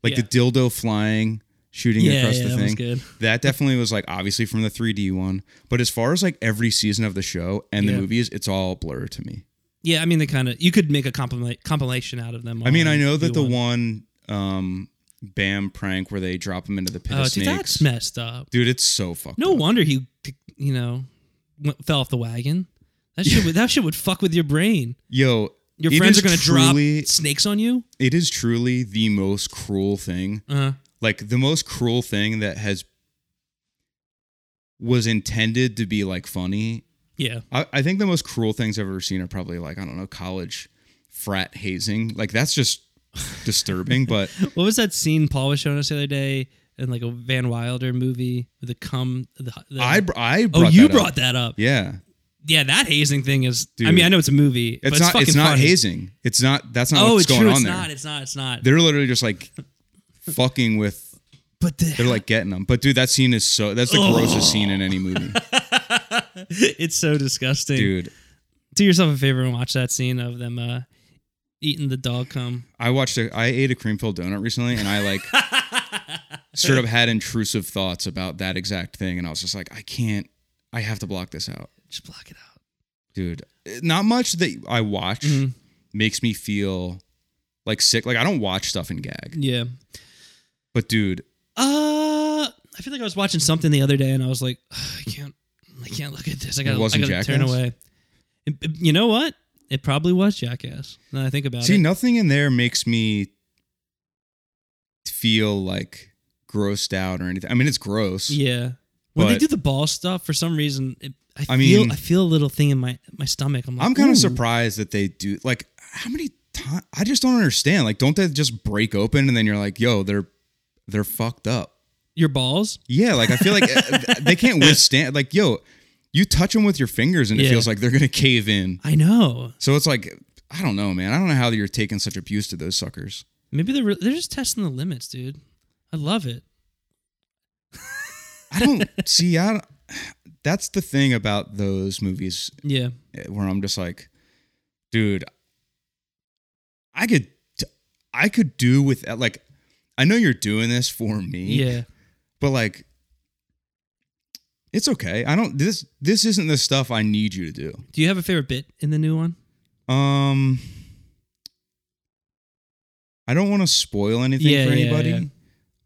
Speaker 1: Like the dildo flying, shooting
Speaker 2: yeah,
Speaker 1: across
Speaker 2: yeah,
Speaker 1: the
Speaker 2: that was
Speaker 1: thing.
Speaker 2: good.
Speaker 1: That definitely was like obviously from the 3D one. But as far as like every season of the show and
Speaker 2: Yeah.
Speaker 1: the movies, it's all blur to me.
Speaker 2: Yeah, I mean, they kind of you could make a compli- compilation out of them.
Speaker 1: I mean,
Speaker 2: all
Speaker 1: I know
Speaker 2: if
Speaker 1: that
Speaker 2: you
Speaker 1: the
Speaker 2: want.
Speaker 1: one um Bam prank where they drop him into the pit
Speaker 2: Oh,
Speaker 1: of
Speaker 2: dude,
Speaker 1: snakes.
Speaker 2: that's messed up.
Speaker 1: Dude, it's so fucked
Speaker 2: No
Speaker 1: up.
Speaker 2: wonder he, you know, went, fell off the wagon. That shit, would, that shit would fuck with your brain.
Speaker 1: Yo,
Speaker 2: Your
Speaker 1: it
Speaker 2: friends
Speaker 1: is
Speaker 2: are gonna
Speaker 1: truly-
Speaker 2: drop snakes on you.
Speaker 1: it is truly the most cruel thing
Speaker 2: Uh,
Speaker 1: like the most cruel thing that has was intended to be like funny.
Speaker 2: yeah,
Speaker 1: I, I think the most cruel things I've ever seen are probably like I don't know college frat hazing. Like that's just disturbing. but
Speaker 2: What was that scene Paul was showing us the other day in like a Van Wilder movie with the cum? The, the,
Speaker 1: I br- I
Speaker 2: oh,
Speaker 1: brought
Speaker 2: you
Speaker 1: that
Speaker 2: brought
Speaker 1: up.
Speaker 2: that up. Yeah.
Speaker 1: yeah.
Speaker 2: that hazing thing is. I
Speaker 1: Dude.
Speaker 2: mean, I know it's a movie. but
Speaker 1: It's not
Speaker 2: fucking
Speaker 1: it's, not
Speaker 2: funny.
Speaker 1: hazing. It's not that's not
Speaker 2: Oh,
Speaker 1: what's
Speaker 2: it's
Speaker 1: going
Speaker 2: true.
Speaker 1: on
Speaker 2: It's
Speaker 1: there.
Speaker 2: not. It's not. It's not.
Speaker 1: They're literally just like fucking with.
Speaker 2: but the,
Speaker 1: They're like getting them. But dude, that scene is so that's the grossest scene in any movie,
Speaker 2: it's so disgusting, dude.
Speaker 1: dude.
Speaker 2: do yourself a favor and watch that scene of them uh, eating the dog cum.
Speaker 1: I watched a I ate a cream filled donut recently and I like straight up had intrusive thoughts about that exact thing and I was just like I can't I have to block this out.
Speaker 2: Just block it out.
Speaker 1: Dude, not much that I watch
Speaker 2: Mhm.
Speaker 1: makes me feel like sick. Like I don't watch stuff and gag.
Speaker 2: Yeah.
Speaker 1: But dude,
Speaker 2: Uh, I feel like I was watching something the other day, and I was like, "Ugh, I can't, I can't look at this. I gotta, I
Speaker 1: wasn't
Speaker 2: gotta turn
Speaker 1: Jackass?
Speaker 2: away. It- it- you know what? It probably was Jackass. Now that I think about
Speaker 1: see
Speaker 2: it.
Speaker 1: nothing in there makes me feel like grossed out or anything. I mean it's gross.
Speaker 2: yeah. When they
Speaker 1: but-
Speaker 2: do the ball stuff, for some reason, it, I,
Speaker 1: I
Speaker 2: feel
Speaker 1: mean-
Speaker 2: I feel a little thing in my my stomach. I'm like,
Speaker 1: I'm kind
Speaker 2: "Ooh."
Speaker 1: of surprised that they do like how many times I just don't understand. Like don't they just break open and then you're like, "Yo, they're they're fucked up."
Speaker 2: Your balls?
Speaker 1: Yeah, like I feel like uh, th- they can't withstand like, "Yo, you touch them with your fingers and it
Speaker 2: Yeah.
Speaker 1: feels like they're going to cave in."
Speaker 2: I know.
Speaker 1: So it's like I don't know, man. I don't know how you're taking such abuse to those suckers.
Speaker 2: Maybe they're re- they're just testing the limits, dude. I love it.
Speaker 1: I don't see I don't, that's the thing about those movies
Speaker 2: Yeah.
Speaker 1: eh, where I'm just like, dude, I could t- I could do with like I know you're doing this for me.
Speaker 2: Yeah.
Speaker 1: but like it's okay i don't this this isn't the stuff i need you to do
Speaker 2: Do you have a favorite bit in the new one?
Speaker 1: um i don't want to spoil anything
Speaker 2: Yeah,
Speaker 1: for
Speaker 2: yeah,
Speaker 1: anybody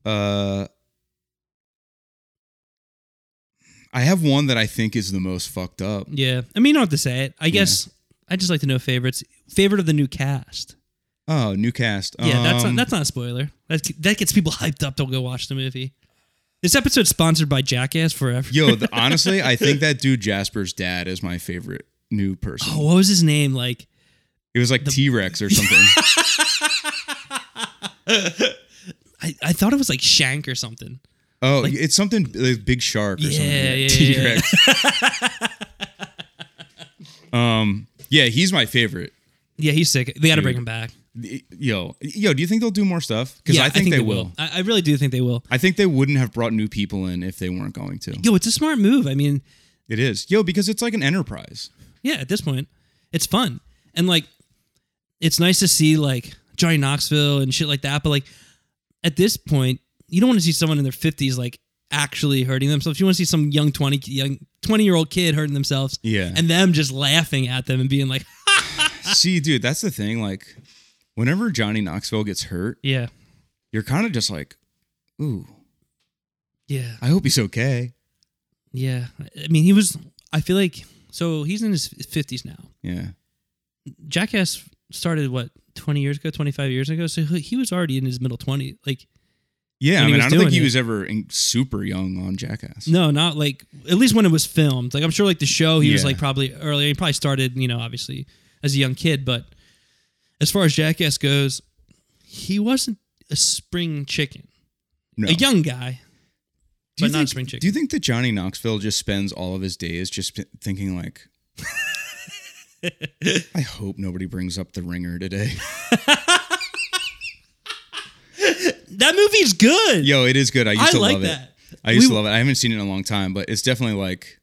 Speaker 1: uh i have one that i think is the most fucked up
Speaker 2: Yeah. I mean, you don't have to say it. I
Speaker 1: Yeah.
Speaker 2: guess I just like to know favorites. Favorite of the new cast.
Speaker 1: oh new cast
Speaker 2: Yeah, that's
Speaker 1: Um,
Speaker 2: not, that's not a spoiler. That that gets people hyped up to go watch the movie. This episode's sponsored by Jackass Forever.
Speaker 1: yo the, honestly i think that dude jasper's dad is my favorite new person
Speaker 2: Oh, what was his name? Like
Speaker 1: it was like t-rex or something
Speaker 2: I, I thought it was like Shank or something.
Speaker 1: oh it's something like big shark or
Speaker 2: Yeah,
Speaker 1: something
Speaker 2: yeah, yeah,
Speaker 1: t-rex Um, yeah, he's my favorite.
Speaker 2: Yeah, he's sick. They got to
Speaker 1: Dude.
Speaker 2: bring him back.
Speaker 1: Yo, yo, do you think they'll do more stuff? Because
Speaker 2: Yeah,
Speaker 1: I, think they, will.
Speaker 2: I, I really do think they will.
Speaker 1: I think they wouldn't have brought new people in if they weren't going to.
Speaker 2: Yo, it's a smart move. I mean,
Speaker 1: It is, yo, because it's like an enterprise.
Speaker 2: yeah, at this point, it's fun. And like it's nice to see like Johnny Knoxville and shit like that, but like at this point, you don't want to see someone in their 50s like actually hurting themselves. You want to see some young 20 young 20-year-old kid hurting themselves
Speaker 1: Yeah.
Speaker 2: and them just laughing at them and being like,
Speaker 1: See, dude, that's the thing. Like, whenever Johnny Knoxville gets hurt,
Speaker 2: "Yeah.
Speaker 1: you're kind of just like, ooh,
Speaker 2: Yeah.
Speaker 1: I hope he's okay.
Speaker 2: Yeah." I mean, he was I feel like so he's in his 50s now.
Speaker 1: Yeah,
Speaker 2: Jackass started what 20 years ago, 25 years ago, so he he was already in his middle 20s. Like
Speaker 1: yeah.
Speaker 2: And
Speaker 1: I
Speaker 2: he
Speaker 1: mean,
Speaker 2: was
Speaker 1: I don't
Speaker 2: doing
Speaker 1: think he
Speaker 2: it.
Speaker 1: was ever in, super young on Jackass.
Speaker 2: No, not like at least when it was filmed. Like I'm sure like the show he was
Speaker 1: Yeah.
Speaker 2: like probably earlier. He probably started, you know, obviously as a young kid, but as far as Jackass goes, he wasn't a spring chicken.
Speaker 1: No.
Speaker 2: A young guy.
Speaker 1: Do you
Speaker 2: but not
Speaker 1: think-
Speaker 2: spring chicken.
Speaker 1: Do you think that Johnny Knoxville just spends all of his days just p- thinking like, I hope nobody brings up the ringer today.
Speaker 2: that movie's good.
Speaker 1: Yo, it is good. I used
Speaker 2: I
Speaker 1: to
Speaker 2: like
Speaker 1: love
Speaker 2: that.
Speaker 1: it. I used to
Speaker 2: We-
Speaker 1: love it. I haven't seen it in a long time, but it's definitely like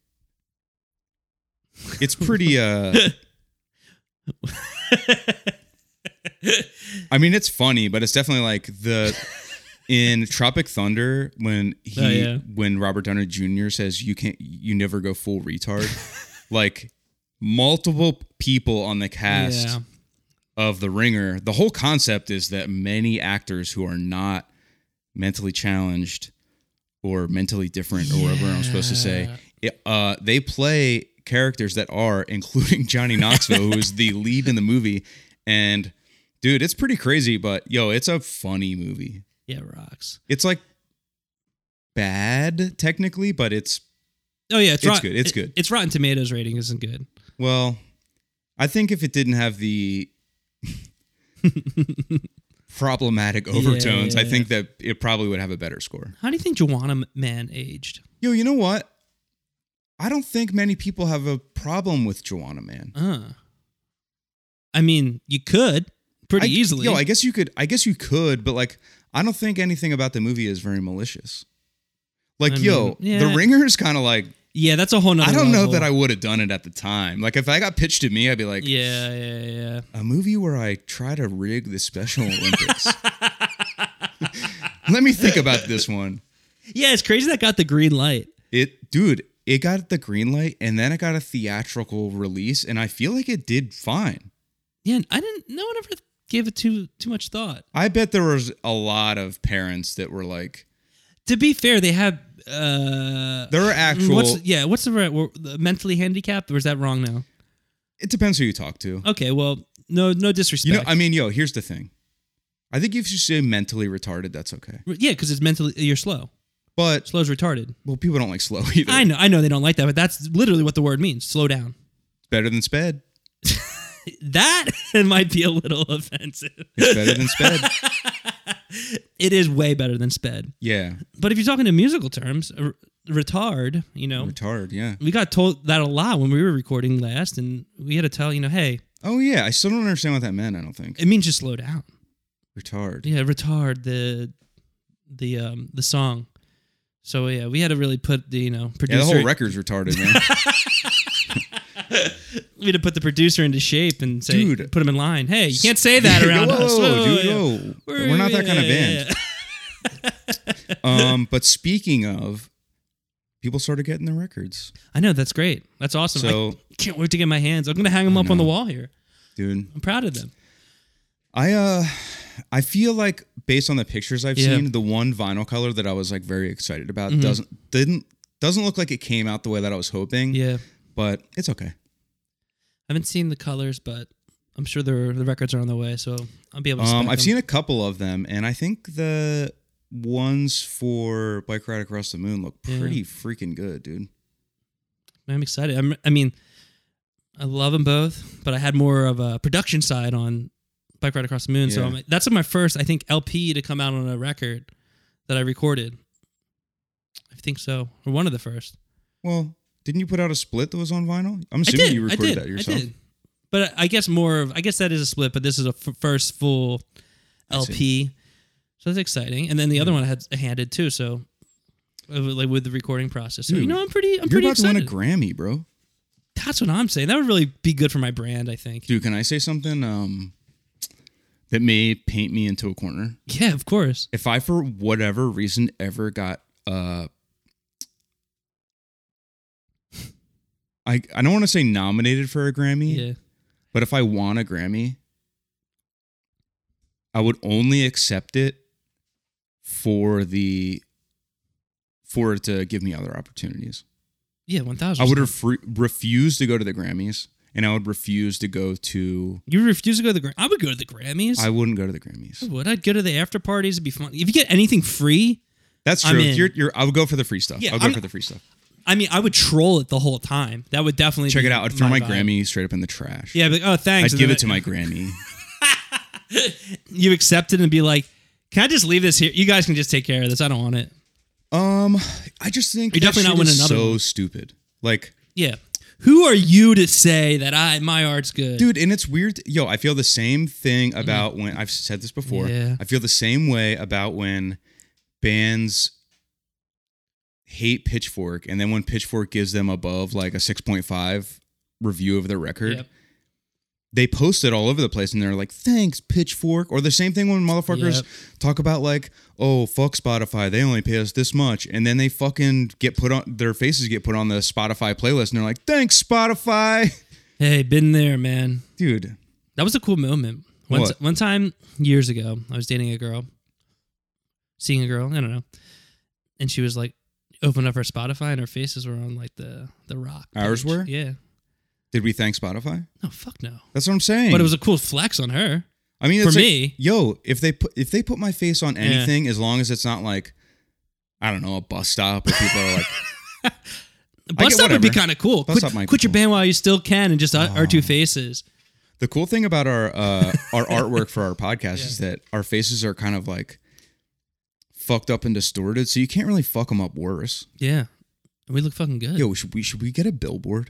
Speaker 1: it's pretty uh I mean it's funny, but it's definitely like the in Tropic Thunder when he
Speaker 2: Oh, yeah.
Speaker 1: when Robert Downey Jr. says you can't you never go full retard, like multiple people on the cast
Speaker 2: Yeah.
Speaker 1: of The Ringer, the whole concept is that many actors who are not mentally challenged or mentally different or whatever I'm supposed to say, it- uh, they play characters that are, including Johnny Knoxville, who is the lead in the movie. And dude, it's pretty crazy, but yo, it's a funny movie.
Speaker 2: Yeah, it rocks.
Speaker 1: It's like bad technically, but it's
Speaker 2: Oh yeah, it's,
Speaker 1: It's
Speaker 2: rot-
Speaker 1: good, it's
Speaker 2: it-
Speaker 1: good.
Speaker 2: It's Rotten Tomatoes rating isn't good.
Speaker 1: Well, I think if it didn't have the problematic overtones, I
Speaker 2: Yeah.
Speaker 1: think that it probably would have a better score.
Speaker 2: How do you think Joanna Man aged?
Speaker 1: Yo, you know what? I don't think many people have a problem with Joanna Man.
Speaker 2: Uh. I mean, you could pretty
Speaker 1: I-
Speaker 2: easily.
Speaker 1: Yo, I guess you could. I guess you could, but like, I don't think anything about the movie is very malicious. Like,
Speaker 2: I
Speaker 1: yo,
Speaker 2: mean, yeah.
Speaker 1: The Ringer is kind of like
Speaker 2: Yeah, that's a whole nother
Speaker 1: I don't know
Speaker 2: level.
Speaker 1: that I would have done it at the time. Like if I got pitched at me, I'd be like,
Speaker 2: Yeah, yeah, yeah.
Speaker 1: a movie where I try to rig the Special Olympics. Let me think about this one.
Speaker 2: Yeah, it's crazy that got the green light.
Speaker 1: It, dude, it got the green light, and then it got a theatrical release, and I feel like it did fine.
Speaker 2: Yeah, I didn't. No one ever gave it too too much thought.
Speaker 1: I bet there was a lot of parents that were like,
Speaker 2: To be fair, they have. Uh,
Speaker 1: there are actual.
Speaker 2: What's, yeah, what's the right word? The mentally handicapped, or is that wrong now?
Speaker 1: it depends who you talk to.
Speaker 2: Okay, well, no, no disrespect.
Speaker 1: You know, I mean, yo, here's the thing. I think if you say mentally retarded, that's okay.
Speaker 2: yeah, because it's mentally you're slow.
Speaker 1: But
Speaker 2: Slow's retarded.
Speaker 1: well, people don't like slow either.
Speaker 2: I know, I know they don't like that, but that's literally what the word means. Slow down.
Speaker 1: It's better than sped.
Speaker 2: That might be a little offensive.
Speaker 1: It's better than sped.
Speaker 2: It is way better than sped.
Speaker 1: yeah,
Speaker 2: But if you're talking in musical terms, r- retard, you know,
Speaker 1: retard. Yeah.
Speaker 2: we got told that a lot when we were recording last, and we had to tell, you know, hey,
Speaker 1: Oh yeah, I still don't understand what that meant. I don't think
Speaker 2: it means just slow down.
Speaker 1: retard.
Speaker 2: Yeah, retard the the um the song. So yeah, we had to really put the you know
Speaker 1: Yeah, the
Speaker 2: producer.
Speaker 1: whole record's retarded, man.
Speaker 2: we had to put the producer into shape and say,
Speaker 1: Dude.
Speaker 2: put him in line. Hey, you can't say that around
Speaker 1: whoa,
Speaker 2: us. Whoa,
Speaker 1: dude,
Speaker 2: yeah.
Speaker 1: whoa. We're not that kind of
Speaker 2: yeah,
Speaker 1: band.
Speaker 2: yeah.
Speaker 1: Um, but speaking of, people started getting their records.
Speaker 2: I know that's great. That's awesome.
Speaker 1: So,
Speaker 2: I can't wait to get my hands. I'm gonna hang them up on the wall here.
Speaker 1: dude,
Speaker 2: I'm proud of them.
Speaker 1: I uh, I feel like based on the pictures I've
Speaker 2: Yeah. Mm-hmm.
Speaker 1: seen, the one vinyl color that I was like very excited about doesn't didn't doesn't look like it came out the way that I was hoping.
Speaker 2: Yeah, I
Speaker 1: but it's okay.
Speaker 2: haven't seen the colors, but I'm sure the the records are on the way, so I'll be able
Speaker 1: Um,
Speaker 2: to. spec
Speaker 1: I've
Speaker 2: them.
Speaker 1: seen a couple of them, and I think the ones for Bike Ride Across the Moon look
Speaker 2: Yeah.
Speaker 1: pretty freaking good, dude.
Speaker 2: I'm excited. I'm, I mean, I love them both, but I had more of a production side on Bike Ride Across the Moon. So
Speaker 1: Yeah.
Speaker 2: I'm, that's my first, I think, LP to come out on a record that I recorded. I think so, or one of the first.
Speaker 1: Well, didn't you put out a split that was on vinyl? I'm assuming
Speaker 2: I did.
Speaker 1: you recorded
Speaker 2: I did.
Speaker 1: that yourself.
Speaker 2: I did. But I I guess more of, I guess that is a split, but this is a f- first full
Speaker 1: I see.
Speaker 2: LP. So that's exciting. And then the other one I had handed too. So uh, like with the recording process. So, you
Speaker 1: Dude,
Speaker 2: know, I'm pretty, I'm
Speaker 1: You're
Speaker 2: pretty
Speaker 1: about
Speaker 2: excited.
Speaker 1: to win a Grammy, bro.
Speaker 2: That's what I'm saying. That would really be good for my brand, I think.
Speaker 1: Dude, can I say something um, that may paint me into a corner?
Speaker 2: Yeah, of course.
Speaker 1: If I, for whatever reason, ever got uh, I I don't want to say nominated for a Grammy,
Speaker 2: Yeah.
Speaker 1: but if I won a Grammy, I would only accept it for the for it to give me other opportunities.
Speaker 2: Yeah, 1000.
Speaker 1: I would have refused to go to the Grammys, and I would refuse to go to.
Speaker 2: You refuse to go to the Gram- I would go to the Grammys.
Speaker 1: I
Speaker 2: I
Speaker 1: wouldn't go to the Grammys.
Speaker 2: would. I'd go to the after parties. It'd be fun. If you get anything free,
Speaker 1: That's
Speaker 2: I'm
Speaker 1: true.
Speaker 2: in.
Speaker 1: You're, you're, I would go for the free stuff.
Speaker 2: Yeah,
Speaker 1: I'll go
Speaker 2: I'm-
Speaker 1: for the free stuff.
Speaker 2: I mean, I would troll it the whole time. That would definitely
Speaker 1: Check
Speaker 2: be
Speaker 1: it out. I'd throw my,
Speaker 2: vibe.
Speaker 1: Grammy straight up in the trash.
Speaker 2: Yeah, but oh, thanks.
Speaker 1: I'd
Speaker 2: And
Speaker 1: give
Speaker 2: then
Speaker 1: it to my Grammy.
Speaker 2: You accept it and be like, "Can I just leave this here? You guys can just take care of this. I don't want it."
Speaker 1: Um, I just think
Speaker 2: You're
Speaker 1: that
Speaker 2: definitely not
Speaker 1: shit
Speaker 2: winning
Speaker 1: is
Speaker 2: another
Speaker 1: so
Speaker 2: one.
Speaker 1: stupid. Like,
Speaker 2: Yeah. Who are you to say that I my art's good?
Speaker 1: dude and it's weird yo i feel the same thing about when i've said this before
Speaker 2: Mm-hmm. Yeah.
Speaker 1: i feel the same way about when bands hate pitchfork and then when pitchfork gives them above like a 6.5 review of their record
Speaker 2: Yep.
Speaker 1: they post it all over the place and they're like thanks pitchfork or the same thing when motherfuckers
Speaker 2: Yep.
Speaker 1: talk about like oh fuck spotify they only pay us this much and then they fucking get put on their faces get put on the spotify playlist and they're like thanks spotify
Speaker 2: Hey, been there, man.
Speaker 1: dude
Speaker 2: That was a cool moment. One,
Speaker 1: What?
Speaker 2: t- one time years ago, I was dating a girl, seeing a girl, I don't know. And she was like, opened up her Spotify and her faces were on like the, the rock.
Speaker 1: Ours
Speaker 2: page.
Speaker 1: were?
Speaker 2: Yeah.
Speaker 1: did we thank spotify
Speaker 2: No, fuck no.
Speaker 1: That's what I'm saying.
Speaker 2: But it was a cool flex on her.
Speaker 1: I mean,
Speaker 2: for
Speaker 1: it's like,
Speaker 2: me.
Speaker 1: yo, if they put if they put my face on anything, as long as it's not like, I don't know, a bus stop where people are like,
Speaker 2: Bust
Speaker 1: get
Speaker 2: up would be
Speaker 1: whatever.
Speaker 2: kind of cool.
Speaker 1: Bust
Speaker 2: Quit,
Speaker 1: Up might be
Speaker 2: quit your
Speaker 1: cool. Oh.
Speaker 2: band while you still can and just uh, our two faces.
Speaker 1: the cool thing about our uh, our artwork for our podcast is that our faces are kind of like fucked up and distorted, so you can't really fuck them up worse.
Speaker 2: Yeah. And we look fucking good.
Speaker 1: Yo, should we should we get a billboard,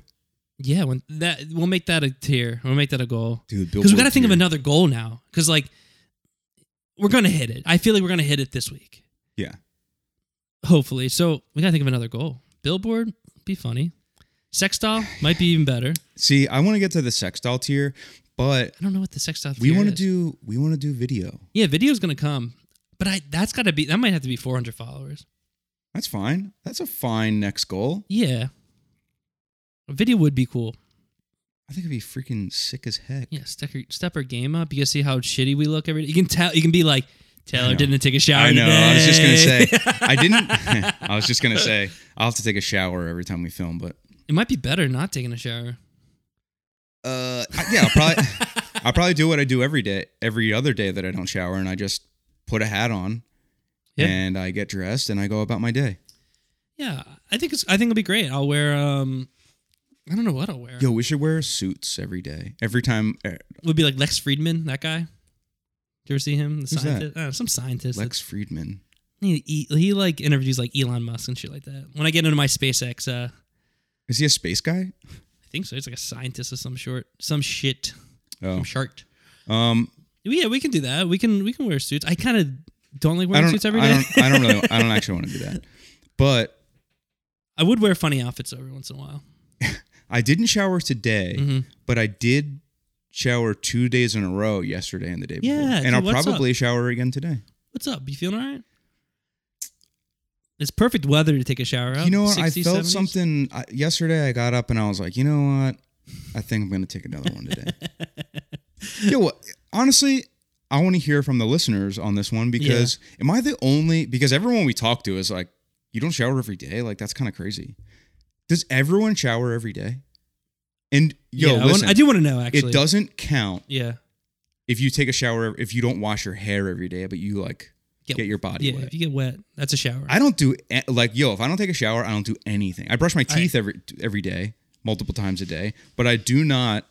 Speaker 2: Yeah. When that We'll make that a tier. We'll make that a goal.
Speaker 1: dude?
Speaker 2: Because we
Speaker 1: billboard
Speaker 2: got to think of
Speaker 1: here.
Speaker 2: another goal now. Because like, we're going to hit it. I feel like we're going to hit it this week.
Speaker 1: Yeah,
Speaker 2: hopefully. So we gotta think of another goal. Billboard be funny. Sex doll might be even better.
Speaker 1: See, I want to get to the sex doll tier, but
Speaker 2: I don't know what the sex doll.
Speaker 1: we
Speaker 2: tier
Speaker 1: want to
Speaker 2: is.
Speaker 1: do we want to do video.
Speaker 2: Yeah, video's gonna come, but I that's gotta be that might have to be 400 followers.
Speaker 1: That's fine. That's a fine next goal.
Speaker 2: Yeah, a video would be cool.
Speaker 1: I think it'd be freaking sick as heck.
Speaker 2: Yeah, step her, step her game up. You can see how shitty we look every day. You can tell. You can be like, Taylor
Speaker 1: know.
Speaker 2: didn't take a shower.
Speaker 1: I know. I was just gonna say.
Speaker 2: today."
Speaker 1: I didn't. I was just gonna say. I'll have to take a shower every time we film, but
Speaker 2: it might be better not taking a shower.
Speaker 1: uh, I- yeah, I'll probably I'll probably do what I do every day, every other day that I don't shower, and I just put a hat on,
Speaker 2: Yeah.
Speaker 1: and I get dressed, and I go about my day.
Speaker 2: Yeah, I think it's. I think it'll be great. I'll wear. Um, I don't know what I'll wear.
Speaker 1: Yo, we should wear suits every day. Every time, uh,
Speaker 2: Would be like Lex Friedman, that guy. Did you ever see him? The
Speaker 1: that?
Speaker 2: scientist, I don't know, some scientist.
Speaker 1: Lex Friedman.
Speaker 2: that- he, he, he, like interviews like Elon Musk and shit like that. When I get into my SpaceX, uh,
Speaker 1: Is he a space guy?
Speaker 2: I think so. It's like a scientist of some sort, some shit,
Speaker 1: Oh,
Speaker 2: some shark.
Speaker 1: um,
Speaker 2: Yeah, we can do that. We can we can wear suits. I kind of don't like
Speaker 1: I
Speaker 2: wearing
Speaker 1: don't,
Speaker 2: suits every
Speaker 1: I
Speaker 2: day.
Speaker 1: don't, I don't really, I don't actually want to do that. But
Speaker 2: I would wear funny outfits every once in a while.
Speaker 1: I didn't shower today,
Speaker 2: Mhm.
Speaker 1: but I did shower two days in a row yesterday and the day before,
Speaker 2: Yeah,
Speaker 1: and
Speaker 2: dude,
Speaker 1: I'll
Speaker 2: what's up?
Speaker 1: probably shower again today.
Speaker 2: What's up? You feeling all right? It's perfect weather to take a shower out.
Speaker 1: you know what?
Speaker 2: 60s,
Speaker 1: I felt
Speaker 2: 70s.
Speaker 1: something I, yesterday. I got up and I was like, you know what? I think I'm going to take another one today. Yo, what- honestly, I want to hear from the listeners on this one because am I the only? Because everyone we talk to is like, you don't shower every day. Like that's kind of crazy. Does everyone shower every day? And yo,
Speaker 2: yeah, I, want,
Speaker 1: listen,
Speaker 2: I do want to know actually.
Speaker 1: it doesn't count
Speaker 2: Yeah.
Speaker 1: if you take a shower if you don't wash your hair every day, but you like
Speaker 2: Get-
Speaker 1: get, your body
Speaker 2: Yeah.
Speaker 1: wet.
Speaker 2: If you get wet, that's a shower.
Speaker 1: I don't do a- like yo. If I don't take a shower, I don't do anything. I brush my
Speaker 2: All right.
Speaker 1: teeth every every day, multiple times a day, but I do not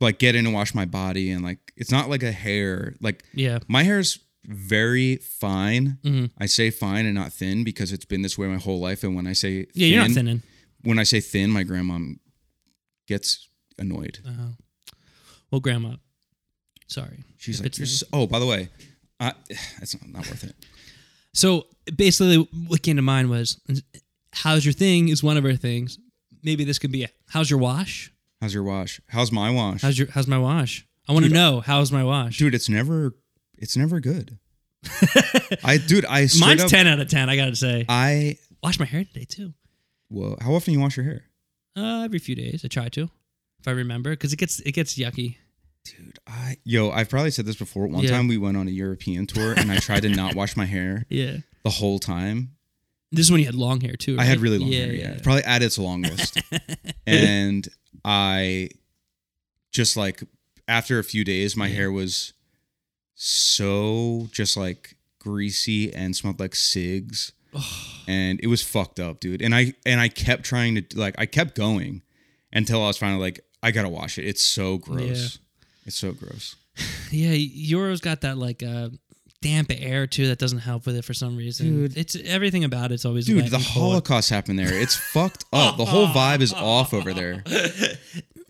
Speaker 1: like get in and wash my body and like it's not like a hair. Like
Speaker 2: yeah.
Speaker 1: my hair is very fine.
Speaker 2: hmm
Speaker 1: I say fine and not thin because it's been this way my whole life. And when I say thin,
Speaker 2: Yeah, you're not thinning.
Speaker 1: when I say thin, my grandma gets annoyed.
Speaker 2: Uh-huh. Well, grandma. Sorry.
Speaker 1: She's
Speaker 2: If
Speaker 1: like,
Speaker 2: it's
Speaker 1: You're
Speaker 2: thin.
Speaker 1: so, oh, by the way, I, that's not, not worth it.
Speaker 2: So basically, what came to mind was, "How's your thing?" is one of our things. Maybe this could be, a, "How's your wash?"
Speaker 1: How's your wash? How's my wash?
Speaker 2: How's your How's my wash? I want to know how's my wash.
Speaker 1: dude it's never it's never good i dude i straight
Speaker 2: Mine's
Speaker 1: up,
Speaker 2: ten out of ten. I gotta say,
Speaker 1: i
Speaker 2: wash my hair today too.
Speaker 1: well how often you wash your hair
Speaker 2: Uh, every few days, I try to, if I remember, because it gets it gets yucky.
Speaker 1: dude i yo i've probably said this before one
Speaker 2: Yeah.
Speaker 1: time we went on a european tour and i tried to not wash my hair
Speaker 2: Yeah.
Speaker 1: the whole time
Speaker 2: This is when you had long hair too.
Speaker 1: i had
Speaker 2: right?
Speaker 1: really long hair yeah, probably at its longest and i just like after a few days my
Speaker 2: Yeah.
Speaker 1: hair was so just like greasy and smelled like cigs
Speaker 2: Ugh.
Speaker 1: and it was fucked up, dude. And I and I kept trying to like I kept going until I was finally like I gotta wash it. It's so gross. It's so gross.
Speaker 2: yeah, Euro's got that like uh, damp air too that doesn't help with it for some reason.
Speaker 1: Dude.
Speaker 2: it's everything about it's always
Speaker 1: Dude,
Speaker 2: wet
Speaker 1: the
Speaker 2: and cold.
Speaker 1: Holocaust happened there. It's fucked up. The whole vibe is off over there.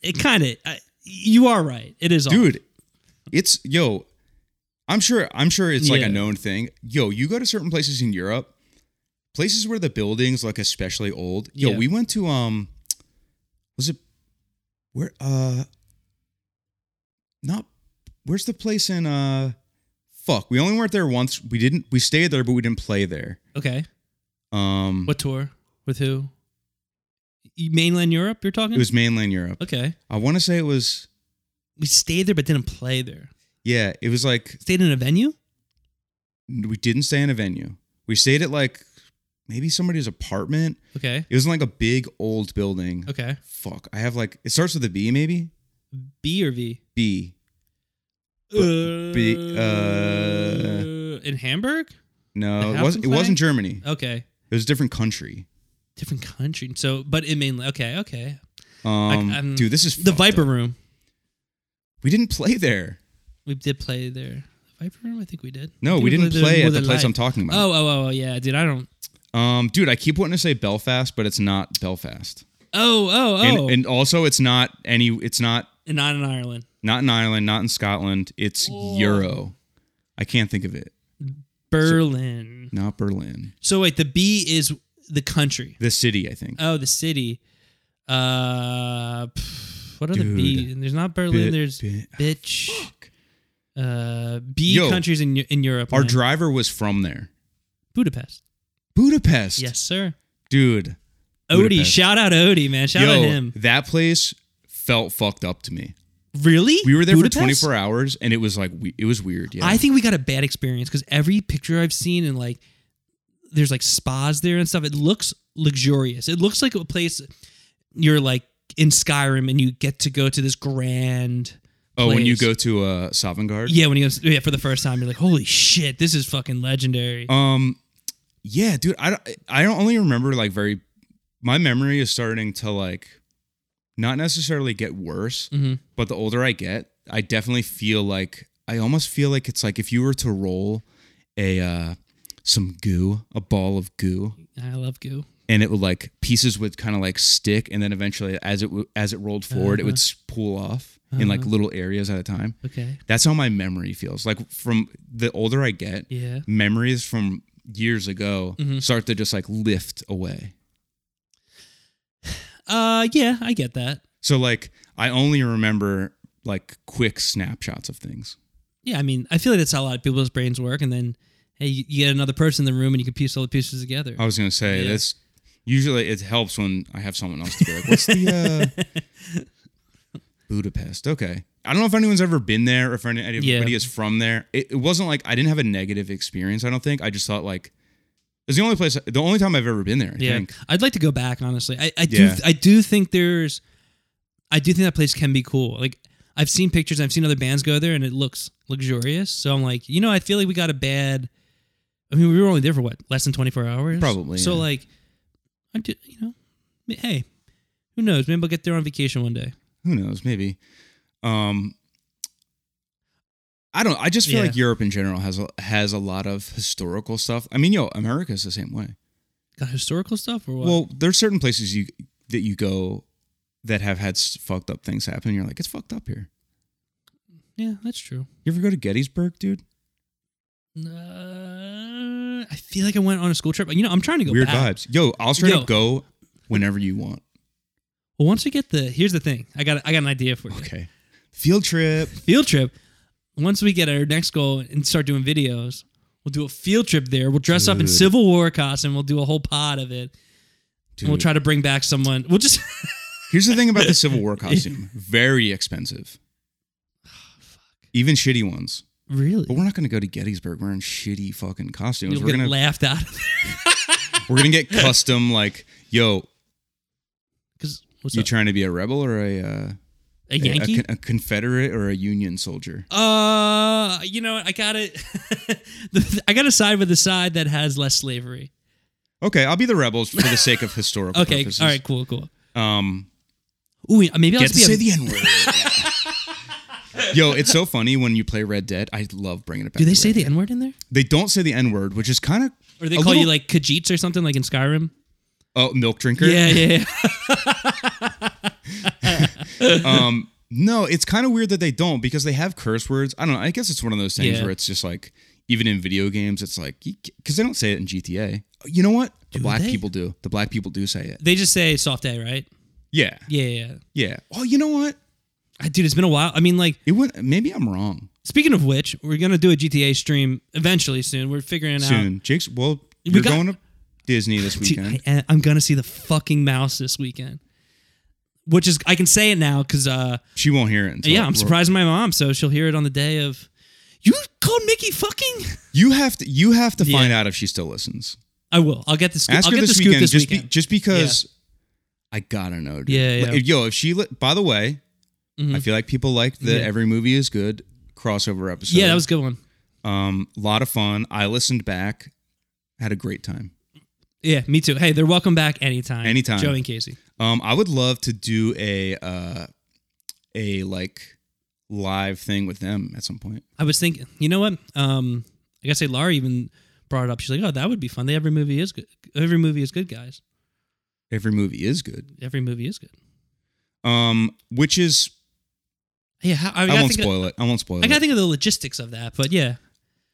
Speaker 2: It kind of. You are right. It is, off.
Speaker 1: Dude, it's yo, I'm sure I'm sure it's like
Speaker 2: Yeah.
Speaker 1: a known thing. Yo, you go to certain places in Europe, places where the buildings look especially old. Yo,
Speaker 2: Yeah.
Speaker 1: we went to um was it where uh not where's the place in uh fuck, we only weren't there once. We didn't we stayed there but we didn't play there.
Speaker 2: Okay,
Speaker 1: Um
Speaker 2: what tour with who? You- Mainland Europe. You're talking.
Speaker 1: it was mainland Europe.
Speaker 2: okay.
Speaker 1: I want to say it was
Speaker 2: We stayed there, but didn't play there.
Speaker 1: yeah, it was like
Speaker 2: Stayed in a venue.
Speaker 1: we didn't stay in a venue. We stayed at like maybe somebody's apartment.
Speaker 2: Okay.
Speaker 1: It was in like a big old building.
Speaker 2: Okay.
Speaker 1: Fuck. I have like it starts with a B maybe?
Speaker 2: B or V?
Speaker 1: B. B- uh,
Speaker 2: in Hamburg.
Speaker 1: No,
Speaker 2: The
Speaker 1: it wasn't it wasn't
Speaker 2: Hafenstein?
Speaker 1: Germany.
Speaker 2: Okay,
Speaker 1: It was a different country.
Speaker 2: different country. So, but in mainland. Okay, okay.
Speaker 1: Um
Speaker 2: I'm-
Speaker 1: dude, this is
Speaker 2: The
Speaker 1: fucked
Speaker 2: Viper
Speaker 1: up.
Speaker 2: Room.
Speaker 1: We didn't play there.
Speaker 2: We did play there. Viper Room. I think we did.
Speaker 1: No,
Speaker 2: think
Speaker 1: we didn't
Speaker 2: there
Speaker 1: play
Speaker 2: more
Speaker 1: at the
Speaker 2: than
Speaker 1: place
Speaker 2: live.
Speaker 1: I'm talking about.
Speaker 2: Oh, oh, oh, oh, yeah, dude. I don't.
Speaker 1: Um dude, I keep wanting to say Belfast, but it's not Belfast.
Speaker 2: Oh, oh, oh.
Speaker 1: And and also it's not any it's not
Speaker 2: And not in Ireland.
Speaker 1: not in Ireland, not in Scotland. It's
Speaker 2: Oh.
Speaker 1: Euro. I can't think of it.
Speaker 2: Berlin.
Speaker 1: Not Berlin.
Speaker 2: So, wait, the B is the country.
Speaker 1: The city, I think.
Speaker 2: Oh, the city. Uh, pff, what are
Speaker 1: Dude.
Speaker 2: the B? There's not Berlin.
Speaker 1: Bit-
Speaker 2: there's
Speaker 1: bit-
Speaker 2: bitch.
Speaker 1: Fuck.
Speaker 2: Uh, B
Speaker 1: Yo.
Speaker 2: countries in Eu- in Europe.
Speaker 1: Our
Speaker 2: man.
Speaker 1: driver was from there.
Speaker 2: Budapest.
Speaker 1: Budapest.
Speaker 2: Yes, sir.
Speaker 1: Dude.
Speaker 2: Odie,
Speaker 1: Budapest.
Speaker 2: shout out Odie, man. Shout
Speaker 1: yo,
Speaker 2: out him.
Speaker 1: that place felt fucked up to me.
Speaker 2: Really?
Speaker 1: We were there
Speaker 2: Budapest?
Speaker 1: for 24 hours and it was like, we- it was weird. Yeah.
Speaker 2: I think we got a bad experience because every picture I've seen and like there's like spas there and stuff. It looks luxurious. It looks like a place you're like in Skyrim and you get to go to this grand.
Speaker 1: oh, when you
Speaker 2: place.
Speaker 1: go to uh, Sovngarde?
Speaker 2: Yeah, when you go yeah, for the first time, you're like, holy shit, this is fucking legendary.
Speaker 1: Um, yeah, dude. I don't- I don't only remember like very. My memory is starting to like, not necessarily get worse,
Speaker 2: Mhm.
Speaker 1: but the older I get, I definitely feel like I almost feel like it's like if you were to roll a uh some goo, a ball of goo,
Speaker 2: I love goo.
Speaker 1: and it would like pieces would kind of like stick, and then eventually as it w- as it rolled forward, it would s- pull off in like little areas at a time.
Speaker 2: Okay.
Speaker 1: That's how my memory feels. Like from the older I get,
Speaker 2: Yeah.
Speaker 1: memories from years ago start to just like lift away.
Speaker 2: Uh yeah, I get that.
Speaker 1: So like I only remember like quick snapshots of things.
Speaker 2: Yeah, I mean, I feel like that's how a lot of people's brains work, and then hey, you you get another person in the room and you can piece all the pieces together.
Speaker 1: I was gonna say
Speaker 2: Yeah.
Speaker 1: that's usually it helps when I have someone else to be like, what's the uh Budapest? Okay. I don't know if anyone's ever been there or if any- anybody
Speaker 2: Yeah.
Speaker 1: is from there. It, it wasn't like I didn't have a negative experience, I don't think. I just thought like it's the only place the only time I've ever been there, I
Speaker 2: yeah,
Speaker 1: think.
Speaker 2: I'd like to go back. Honestly, I, I do
Speaker 1: Yeah.
Speaker 2: I do think there's I do think that place can be cool. Like I've seen pictures, I've seen other bands go there, and it looks luxurious. So I'm like, you know, I feel like we got a bad. I mean, we were only there for what less than 24 hours,
Speaker 1: Probably,
Speaker 2: So
Speaker 1: yeah.
Speaker 2: like, I do, you know, I mean, hey, who knows? Maybe I'll get there on vacation one day.
Speaker 1: who knows maybe um i don't i just feel
Speaker 2: Yeah.
Speaker 1: like europe in general has a, has a lot of historical stuff i mean yo america's the same way
Speaker 2: Got historical stuff or what?
Speaker 1: well there's certain places you that you go that have had s- fucked up things happen and you're like it's fucked up here
Speaker 2: yeah, that's true.
Speaker 1: you ever go to gettysburg dude
Speaker 2: Uh, I feel like I went on a school trip. You know, I'm trying to go
Speaker 1: weird
Speaker 2: back.
Speaker 1: vibes yo i'll straight
Speaker 2: Yo.
Speaker 1: up go whenever you want
Speaker 2: Well, once we get the here's the thing. I got I got an idea for you.
Speaker 1: okay field trip
Speaker 2: Field trip. Once we get our next goal and start doing videos, we'll do a field trip there. We'll dress up in
Speaker 1: Dude.
Speaker 2: Civil War costume. We'll do a whole pod of it.
Speaker 1: dude.
Speaker 2: And we'll try to bring back someone. We'll just
Speaker 1: here's the thing about the civil war costume very expensive even shitty ones
Speaker 2: really.
Speaker 1: But we're not going to go to Gettysburg wearing shitty fucking costumes.
Speaker 2: You'll
Speaker 1: we're
Speaker 2: get
Speaker 1: gonna
Speaker 2: laughed out
Speaker 1: we're gonna get custom like, yo,
Speaker 2: because what's
Speaker 1: you
Speaker 2: up?
Speaker 1: trying to be a rebel or a uh,
Speaker 2: a
Speaker 1: a- a
Speaker 2: Yankee.
Speaker 1: con- a Confederate or a Union soldier?
Speaker 2: uh, you know what? I got it. I got to side with the side that has less slavery.
Speaker 1: Okay, I'll be the rebels for the sake of historical
Speaker 2: Okay,
Speaker 1: purposes.
Speaker 2: all right, cool, cool.
Speaker 1: Um,
Speaker 2: Ooh, maybe I'll
Speaker 1: get
Speaker 2: just
Speaker 1: to
Speaker 2: be
Speaker 1: say
Speaker 2: a,
Speaker 1: the N word. Yo, it's so funny when you play Red Dead. I love bringing it back.
Speaker 2: Do they
Speaker 1: to
Speaker 2: say
Speaker 1: Red
Speaker 2: the
Speaker 1: Dead.
Speaker 2: N word in there?
Speaker 1: They don't say the N word, which is kind of
Speaker 2: Or they
Speaker 1: A
Speaker 2: call you
Speaker 1: little-
Speaker 2: like Khajiits or something like in Skyrim?
Speaker 1: oh milk drinker.
Speaker 2: Yeah, yeah, yeah.
Speaker 1: Um, no, it's kind of weird that they don't because they have curse words. I don't know. I guess it's one of those things
Speaker 2: Yeah.
Speaker 1: where it's just like even in video games, it's like because they don't say it in GTA. You know what? The
Speaker 2: Do
Speaker 1: black
Speaker 2: they?
Speaker 1: people do. The black people do say it.
Speaker 2: They just say soft A, right?
Speaker 1: Yeah,
Speaker 2: Yeah, yeah. yeah.
Speaker 1: yeah. Oh, you know what?
Speaker 2: Ah, Dude, it's been a while. I mean, like,
Speaker 1: It would. Maybe I'm wrong.
Speaker 2: speaking of which, we're gonna do a GTA stream eventually soon. We're figuring out.
Speaker 1: Soon, Jake's. Well, you're
Speaker 2: got-
Speaker 1: going to Disney this
Speaker 2: Dude,
Speaker 1: weekend.
Speaker 2: I, I'm gonna see the fucking mouse this weekend, which is I can say it now because uh,
Speaker 1: she won't hear it. Until
Speaker 2: yeah, I'm surprising my mom, so she'll hear it on the day of. You called Mickey fucking?
Speaker 1: You have to. You have to
Speaker 2: Yeah.
Speaker 1: find out if she still listens.
Speaker 2: I will. I'll get the scoop.
Speaker 1: Ask
Speaker 2: I'll
Speaker 1: her
Speaker 2: get the
Speaker 1: this
Speaker 2: scoop
Speaker 1: weekend,
Speaker 2: this
Speaker 1: just Be,
Speaker 2: weekend.
Speaker 1: just because. I gotta know, dude.
Speaker 2: Yeah, yeah. Mm-hmm.
Speaker 1: Like, if- Yo, if she. Li- by the way, I feel like people liked the
Speaker 2: Yeah.
Speaker 1: "Every Movie Is Good" crossover episode.
Speaker 2: yeah, that was a good one.
Speaker 1: um, lot of fun. I listened back, had a great time.
Speaker 2: Yeah, me too. Hey, they're welcome back anytime.
Speaker 1: Anytime.
Speaker 2: Joe and Casey.
Speaker 1: Um, I would love to do a uh, a like live thing with them at some point.
Speaker 2: I was thinking, you know what? Um, I guess say Laura even brought it up. She's like, "Oh, that would be fun. They, every movie is good. Every movie is good, guys.
Speaker 1: Every movie is good.
Speaker 2: Every movie is good."
Speaker 1: Um, which is
Speaker 2: Yeah, how, I,
Speaker 1: I,
Speaker 2: gotta
Speaker 1: won't
Speaker 2: think
Speaker 1: spoil it. I won't spoil
Speaker 2: Of, I
Speaker 1: it.
Speaker 2: gotta think of the logistics of that, but yeah,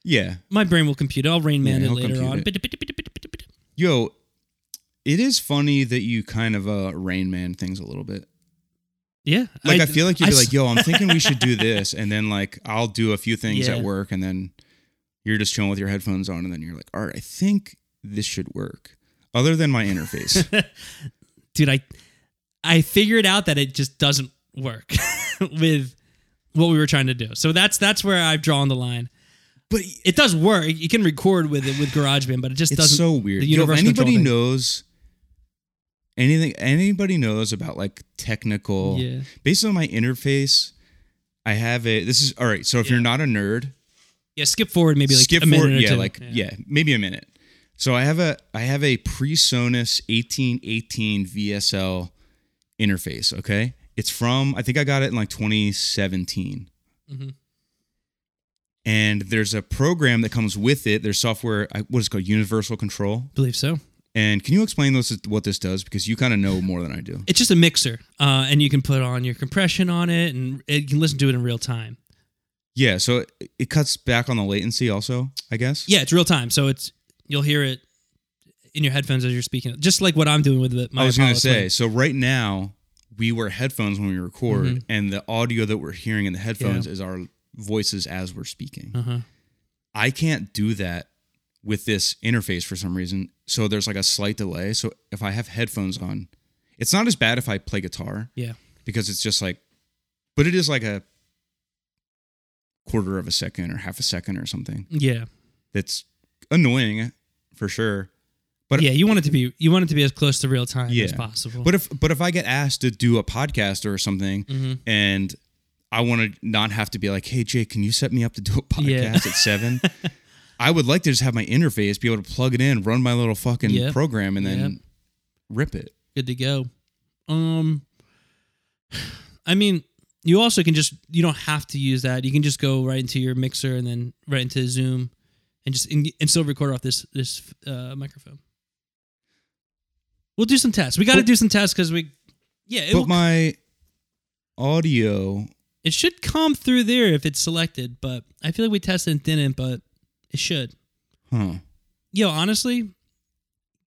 Speaker 1: yeah,
Speaker 2: my brain will compute. it. I'll Rain Man
Speaker 1: Yeah,
Speaker 2: it
Speaker 1: he'll
Speaker 2: later
Speaker 1: compute
Speaker 2: on.
Speaker 1: it. yo, it is funny that you kind of uh Rain Man things a little bit.
Speaker 2: Yeah.
Speaker 1: Like I, feel like you'd be
Speaker 2: I-
Speaker 1: like, "Yo, I'm thinking we should do this," and then like I'll do a few things
Speaker 2: Yeah.
Speaker 1: at work, and then you're just chilling with your headphones on, and then you're like, "All right, I think this should work." Other than my interface,
Speaker 2: dude, I I figured out that it just doesn't work with what we were trying to do. So that's that's where I've drawn the line.
Speaker 1: but
Speaker 2: It does work. You can record with it with GarageBand, but it just
Speaker 1: it's
Speaker 2: doesn't.
Speaker 1: so weird.
Speaker 2: the
Speaker 1: Yo, if
Speaker 2: universal control
Speaker 1: anybody
Speaker 2: thing.
Speaker 1: knows anything, anybody knows about like technical.
Speaker 2: Yeah.
Speaker 1: Based on my interface, I have a. This is all right. So if
Speaker 2: Yeah.
Speaker 1: you're not a nerd,
Speaker 2: Yeah, skip forward maybe like
Speaker 1: skip
Speaker 2: a minute
Speaker 1: forward.
Speaker 2: or
Speaker 1: yeah,
Speaker 2: two.
Speaker 1: like yeah. maybe a minute. So I have a I have a PreSonus 1818 VSL interface. Okay, it's from I think I got it in like 2017
Speaker 2: Mhm.
Speaker 1: and there's a program that comes with it. There's software, I- what is it called, Universal Control.
Speaker 2: believe so.
Speaker 1: And can you explain this, what this does? Because you kind of know more than I do.
Speaker 2: It's just a mixer, uh, and you can put on your compression on it, and it, you can listen to it in real time.
Speaker 1: Yeah, so it, it cuts back on the latency, also, I guess.
Speaker 2: Yeah, it's real time, so it's you'll hear it in your headphones as you're speaking, just like what I'm doing with it.
Speaker 1: I was going to say, so right now we wear headphones when we record,
Speaker 2: Mhm.
Speaker 1: and the audio that we're hearing in the headphones is our voices as we're speaking.
Speaker 2: uh huh.
Speaker 1: I can't do that with this interface for some reason. So there's like a slight delay. So if I have headphones on, it's not as bad if I play guitar.
Speaker 2: Yeah.
Speaker 1: Because it's just like, but it is like a quarter of a second or half a second or something.
Speaker 2: Yeah,
Speaker 1: That's annoying for sure. But-
Speaker 2: yeah. You want it to be you want it to be as close to real time as
Speaker 1: Yeah.
Speaker 2: possible.
Speaker 1: But if but if I get asked to do a podcast or something
Speaker 2: Mhm.
Speaker 1: and I want to not have to be like, hey Jake, can you set me up to do a podcast at
Speaker 2: Yeah.
Speaker 1: seven? I would like to just have my interface, be able to plug it in, run my little fucking
Speaker 2: Yeah.
Speaker 1: program, and then
Speaker 2: Yeah.
Speaker 1: rip it.
Speaker 2: good to go. Um, I mean, you also can just you don't have to use that. You can just go right into your mixer and then right into Zoom, and just and, and still record off this this uh, microphone. We'll do some tests. We got to
Speaker 1: But-
Speaker 2: do some tests because we, yeah, it,
Speaker 1: but
Speaker 2: will-
Speaker 1: my audio,
Speaker 2: it should come through there if it's selected. But I feel like we tested and didn't, but it should.
Speaker 1: huh?
Speaker 2: Yo, honestly,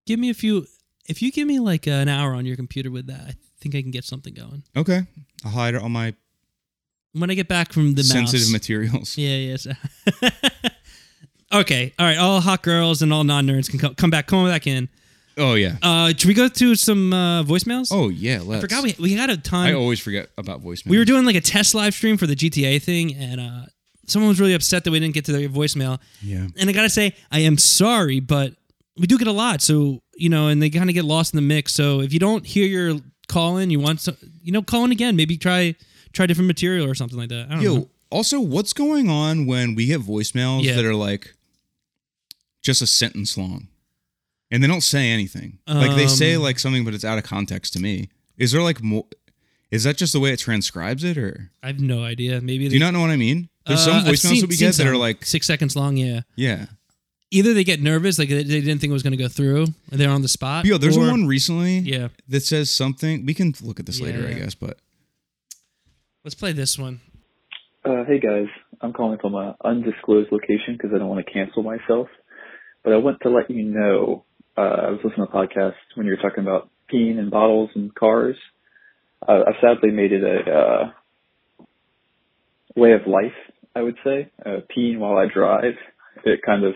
Speaker 2: give me a few. If you give me like an hour on your computer with that, I think I can get something going.
Speaker 1: Okay, I'll hide it on my
Speaker 2: When I get back from the
Speaker 1: sensitive
Speaker 2: mouse,
Speaker 1: materials.
Speaker 2: Yeah, yes. okay, all right. All hot girls and all non nerds can come, come back, come back in.
Speaker 1: Oh yeah.
Speaker 2: Uh, should we go to some uh, voicemails?
Speaker 1: Oh yeah. Let's.
Speaker 2: I forgot we we had a
Speaker 1: I
Speaker 2: ton.
Speaker 1: always forget about voicemail.
Speaker 2: We were doing like a test live stream for the GTA thing, and uh, someone was really upset that we didn't get to their voicemail.
Speaker 1: Yeah.
Speaker 2: And I gotta say, I am sorry, but we do get a lot, so you know, and they kind of get lost in the mix. So if you don't hear your call in, you want to, you know, call in again. Maybe try try different material or something like that. I don't know.
Speaker 1: Yo, also, what's going on when we get voicemails
Speaker 2: Mm-hmm. Yeah.
Speaker 1: that are like just a sentence long and they don't say anything? like they say
Speaker 2: Um,
Speaker 1: like something, but it's out of context to me. Is there like more? Is that just the way it transcribes it, or
Speaker 2: I have no idea. Maybe
Speaker 1: do
Speaker 2: they-
Speaker 1: you not know what I mean? There's some
Speaker 2: Uh, I've
Speaker 1: voicemails
Speaker 2: seen-
Speaker 1: that we
Speaker 2: seen
Speaker 1: get that are
Speaker 2: some.
Speaker 1: like,
Speaker 2: six seconds long. Yeah,
Speaker 1: yeah.
Speaker 2: either they get nervous, like they they didn't think it was going to go through, and they're on the spot.
Speaker 1: Yo, there's
Speaker 2: Uh, or-
Speaker 1: one recently
Speaker 2: Yeah,
Speaker 1: that says something. We can look at this later, I
Speaker 2: Yeah.
Speaker 1: guess. But
Speaker 2: let's play this one.
Speaker 3: Uh, hey guys, I'm calling from an undisclosed location because I don't want to cancel myself. But I want to let you know uh, I was listening to a podcast when you were talking about peeing in bottles and cars. Uh, I sadly made it a uh, way of life, I would say. Uh, peeing while I drive, it kind of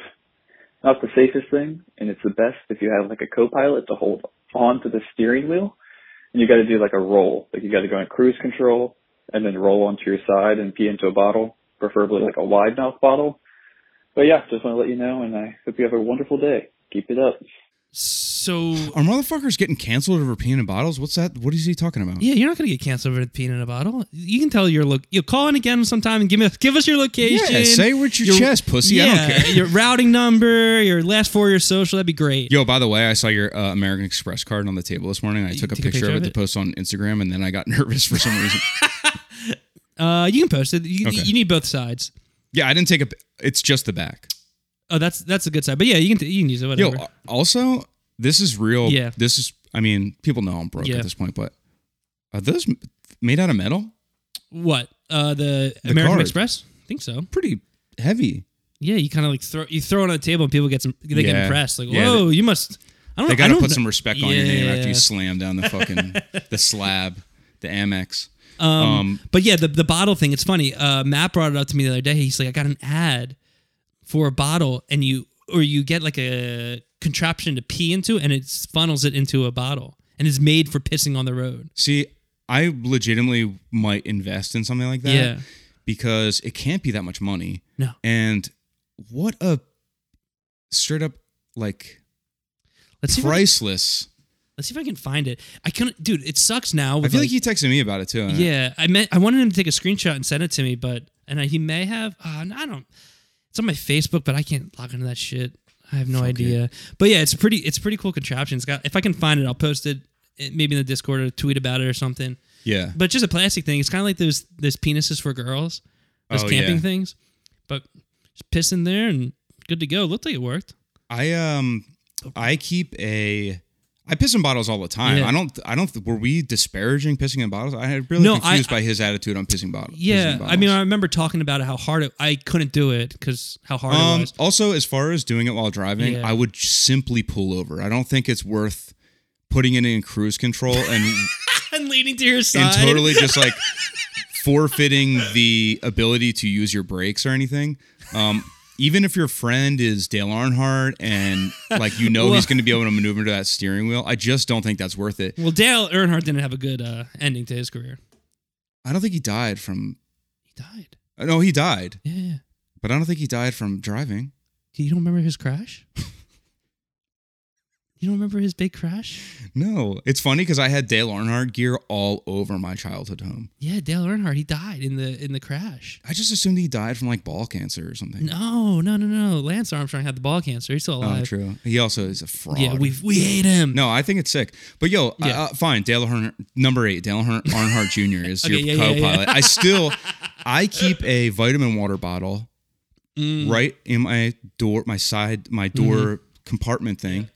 Speaker 3: not the safest thing, and it's the best if you have like a co-pilot to hold on to the steering wheel, and you got to do like a roll, like you got to go in cruise control and then roll onto your side and pee into a bottle, preferably like a wide mouth bottle. But yeah, just want to let you know, and I hope you have a wonderful day. Keep it up.
Speaker 2: So
Speaker 1: are motherfuckers getting canceled over peeing in bottles? What's that? What is he talking about?
Speaker 2: yeah, you're not going to get canceled for peeing in a bottle. You can tell your look. You call in again sometime and give me give us your location.
Speaker 1: Yeah, say what's your,
Speaker 2: Your-
Speaker 1: chest, pussy. I don't
Speaker 2: Yeah,
Speaker 1: care.
Speaker 2: your routing number, your last four of your social. That'd be great.
Speaker 1: Yo, by the way, I saw your uh, American Express card on the table this morning. I took a,
Speaker 2: took
Speaker 1: picture, of it, to post on Instagram, and then I got nervous for some reason.
Speaker 2: Uh, you can post it. You,
Speaker 1: Okay.
Speaker 2: you need both sides.
Speaker 1: yeah, I didn't take a. It's just the back.
Speaker 2: Oh, that's that's a good side. But yeah, you can you can use it.
Speaker 1: Yo, uh,
Speaker 2: Whatever.
Speaker 1: also, this is real.
Speaker 2: Yeah.
Speaker 1: this is. I mean, people know I'm broke
Speaker 2: Yeah.
Speaker 1: at this point, but are those m- made out of metal?
Speaker 2: what? Uh, the,
Speaker 1: The
Speaker 2: American
Speaker 1: card.
Speaker 2: Express. I think so.
Speaker 1: Pretty heavy.
Speaker 2: Yeah, you kind of like throw you throw it on the table and people get some they get
Speaker 1: Yeah.
Speaker 2: impressed. Like,
Speaker 1: Yeah,
Speaker 2: whoa, you must. I don't.
Speaker 1: They
Speaker 2: I
Speaker 1: got to
Speaker 2: don't
Speaker 1: put
Speaker 2: know-
Speaker 1: some respect on your name after
Speaker 2: Yeah.
Speaker 1: you slam down the fucking the slab, the Amex.
Speaker 2: Um,
Speaker 1: um,
Speaker 2: but yeah, the the bottle thing. It's funny. Uh, Matt brought it up to me the other day. He's like, I got an ad for a bottle, and you or you get like a contraption to pee into, and it funnels it into a bottle, and it's made for pissing on the road.
Speaker 1: See, I legitimately might invest in something like that
Speaker 2: Yeah.
Speaker 1: because it can't be that much money.
Speaker 2: No.
Speaker 1: And what a straight up like
Speaker 2: Let's see. if I-
Speaker 1: priceless.
Speaker 2: let's see if I can find it. I couldn't, dude. It sucks now.
Speaker 1: I
Speaker 2: with,
Speaker 1: feel like he texted me about it too.
Speaker 2: Yeah, I meant I wanted him to take a screenshot and send it to me, but and I, he may have. Uh, I don't. It's on my Facebook, but I can't log into that shit. I have no
Speaker 1: Fuck
Speaker 2: idea. But yeah, it's pretty. It's a pretty cool contraption. It's got. If I can find it, I'll post it. eh, Maybe in the Discord or tweet about it or something.
Speaker 1: Yeah.
Speaker 2: But it's just a plastic thing. It's kind of like those those penises for girls, those
Speaker 1: Oh,
Speaker 2: camping
Speaker 1: yeah.
Speaker 2: things. But just piss in there and good to go. Looked like it worked.
Speaker 1: I um I keep a I piss in bottles all the time.
Speaker 2: Yeah.
Speaker 1: I don't I don't were we disparaging pissing in bottles? I had really
Speaker 2: No, I-
Speaker 1: confused by his attitude on pissing bottle- pissing bottles. Um,
Speaker 2: Yeah, I mean, I remember talking about how hard it. I couldn't do it because how hard it
Speaker 1: Um,
Speaker 2: was.
Speaker 1: also, as far as doing it while driving,
Speaker 2: Yeah.
Speaker 1: I would simply pull over. I don't think it's worth putting it in cruise control and
Speaker 2: and leaning to your side.
Speaker 1: and totally just like forfeiting the ability to use your brakes or anything. Um, even if your friend is Dale Earnhardt and like you know
Speaker 2: Well-
Speaker 1: he's going to be able to maneuver to that steering wheel, I just don't think that's worth it.
Speaker 2: Well, Dale Earnhardt didn't have a good uh, ending to his career.
Speaker 1: I don't think he died from.
Speaker 2: He died.
Speaker 1: uh, No, he died,
Speaker 2: Yeah, yeah.
Speaker 1: but I don't think he died from driving.
Speaker 2: You don't remember his crash? you don't remember his big crash?
Speaker 1: No, it's funny because I had Dale Earnhardt gear all over my childhood home.
Speaker 2: Yeah, Dale Earnhardt. He died in the in the crash.
Speaker 1: I just assumed he died from like ball cancer or something.
Speaker 2: No, no, no, no. Lance Armstrong had the ball cancer. He's still
Speaker 1: oh,
Speaker 2: alive.
Speaker 1: true. He also is a fraud.
Speaker 2: yeah, we we hate him.
Speaker 1: No, I think it's sick. But yo,
Speaker 2: Yeah.
Speaker 1: uh, fine. Dale Earnhardt, number eight, Dale Earnhardt, Earnhardt Jr. is
Speaker 2: Okay,
Speaker 1: your
Speaker 2: yeah, yeah,
Speaker 1: co-pilot. I still, I keep a vitamin water bottle
Speaker 2: Mm. Mm-hmm.
Speaker 1: right in my door, my side, my door compartment thing,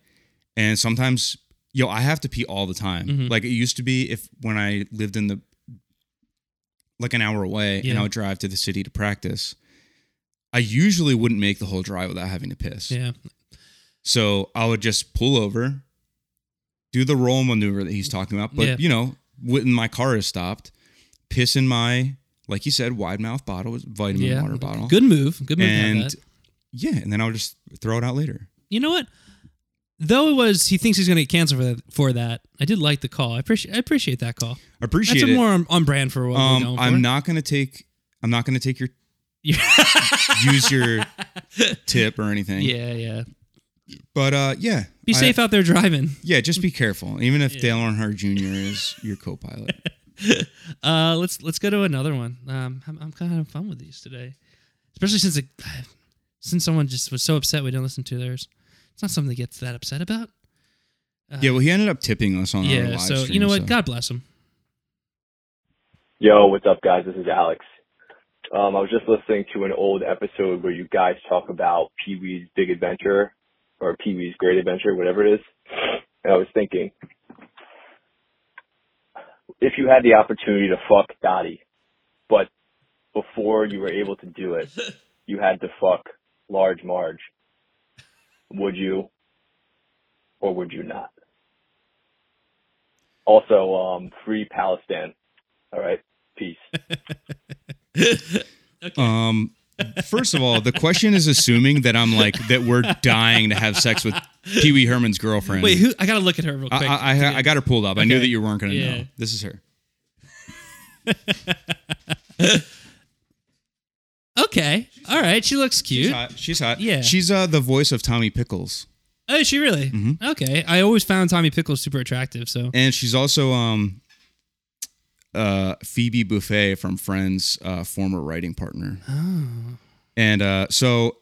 Speaker 1: and sometimes, yo, I have to pee all the time.
Speaker 2: Mhm.
Speaker 1: Like it used to be if when I lived in the, like an hour away, and
Speaker 2: Yeah.
Speaker 1: I would drive to the city to practice. I usually wouldn't make the whole drive without having to piss.
Speaker 2: Yeah.
Speaker 1: So I would just pull over, do the roll maneuver that he's talking about, but
Speaker 2: Mm-hmm. Yeah.
Speaker 1: you know, when my car is stopped, piss in my, like you said, wide mouth bottle, vitamin
Speaker 2: Yeah.
Speaker 1: water bottle.
Speaker 2: Good move. Good move. to have
Speaker 1: And
Speaker 2: that.
Speaker 1: yeah, and then I'll just throw it out later.
Speaker 2: you know what? Though it was, he thinks he's going to get canceled for that. For that, I did like the call. I appreciate. I appreciate that call.
Speaker 1: Appreciate
Speaker 2: That's
Speaker 1: it.
Speaker 2: a more on, on brand for what we're
Speaker 1: um,
Speaker 2: going for.
Speaker 1: I'm not gonna take. I'm not gonna take your
Speaker 2: yeah,
Speaker 1: use your tip or anything.
Speaker 2: yeah.
Speaker 1: But uh, yeah.
Speaker 2: Be
Speaker 1: I-
Speaker 2: safe out there driving.
Speaker 1: Yeah, just be careful. Even if Dale Earnhardt Jr. is your co-pilot.
Speaker 2: Uh, let's let's go to another one. Um, I'm, I'm kind of having fun with these today, especially since it, since someone just was so upset we didn't listen to theirs. It's not something that gets that upset about. Uh,
Speaker 1: yeah, well, he ended up tipping us on our
Speaker 2: yeah.
Speaker 1: live
Speaker 2: So you
Speaker 1: stream,
Speaker 2: know what?
Speaker 1: so-
Speaker 2: God bless him.
Speaker 4: Yo, what's up, guys? This is Alex. Um, I was just listening to an old episode where you guys talk about Pee Wee's Big Adventure or Pee Wee's Great Adventure, whatever it is. And I was thinking, if you had the opportunity to fuck Dottie, but before you were able to do it, you had to fuck Large Marge, would you or would you not? Also, um, free Palestine. All right. Peace.
Speaker 1: Um, first of all, the question is assuming that I'm like that we're dying to have sex with Pee Wee Herman's girlfriend.
Speaker 2: Wait, who? I gotta look at her real quick.
Speaker 1: I, I, I, I got her pulled up. I knew
Speaker 2: Okay.
Speaker 1: that you weren't going to
Speaker 2: Yeah.
Speaker 1: know. This is her.
Speaker 2: okay. All right. She looks
Speaker 1: She's
Speaker 2: cute.
Speaker 1: hot. She's hot.
Speaker 2: Yeah.
Speaker 1: She's uh, the voice of Tommy Pickles,
Speaker 2: Oh, is she really?
Speaker 1: Mhm.
Speaker 2: Okay. I always found Tommy Pickles super attractive. So
Speaker 1: and she's also um, uh, Phoebe Buffet from Friends' uh, former writing partner.
Speaker 2: Oh.
Speaker 1: And uh, so,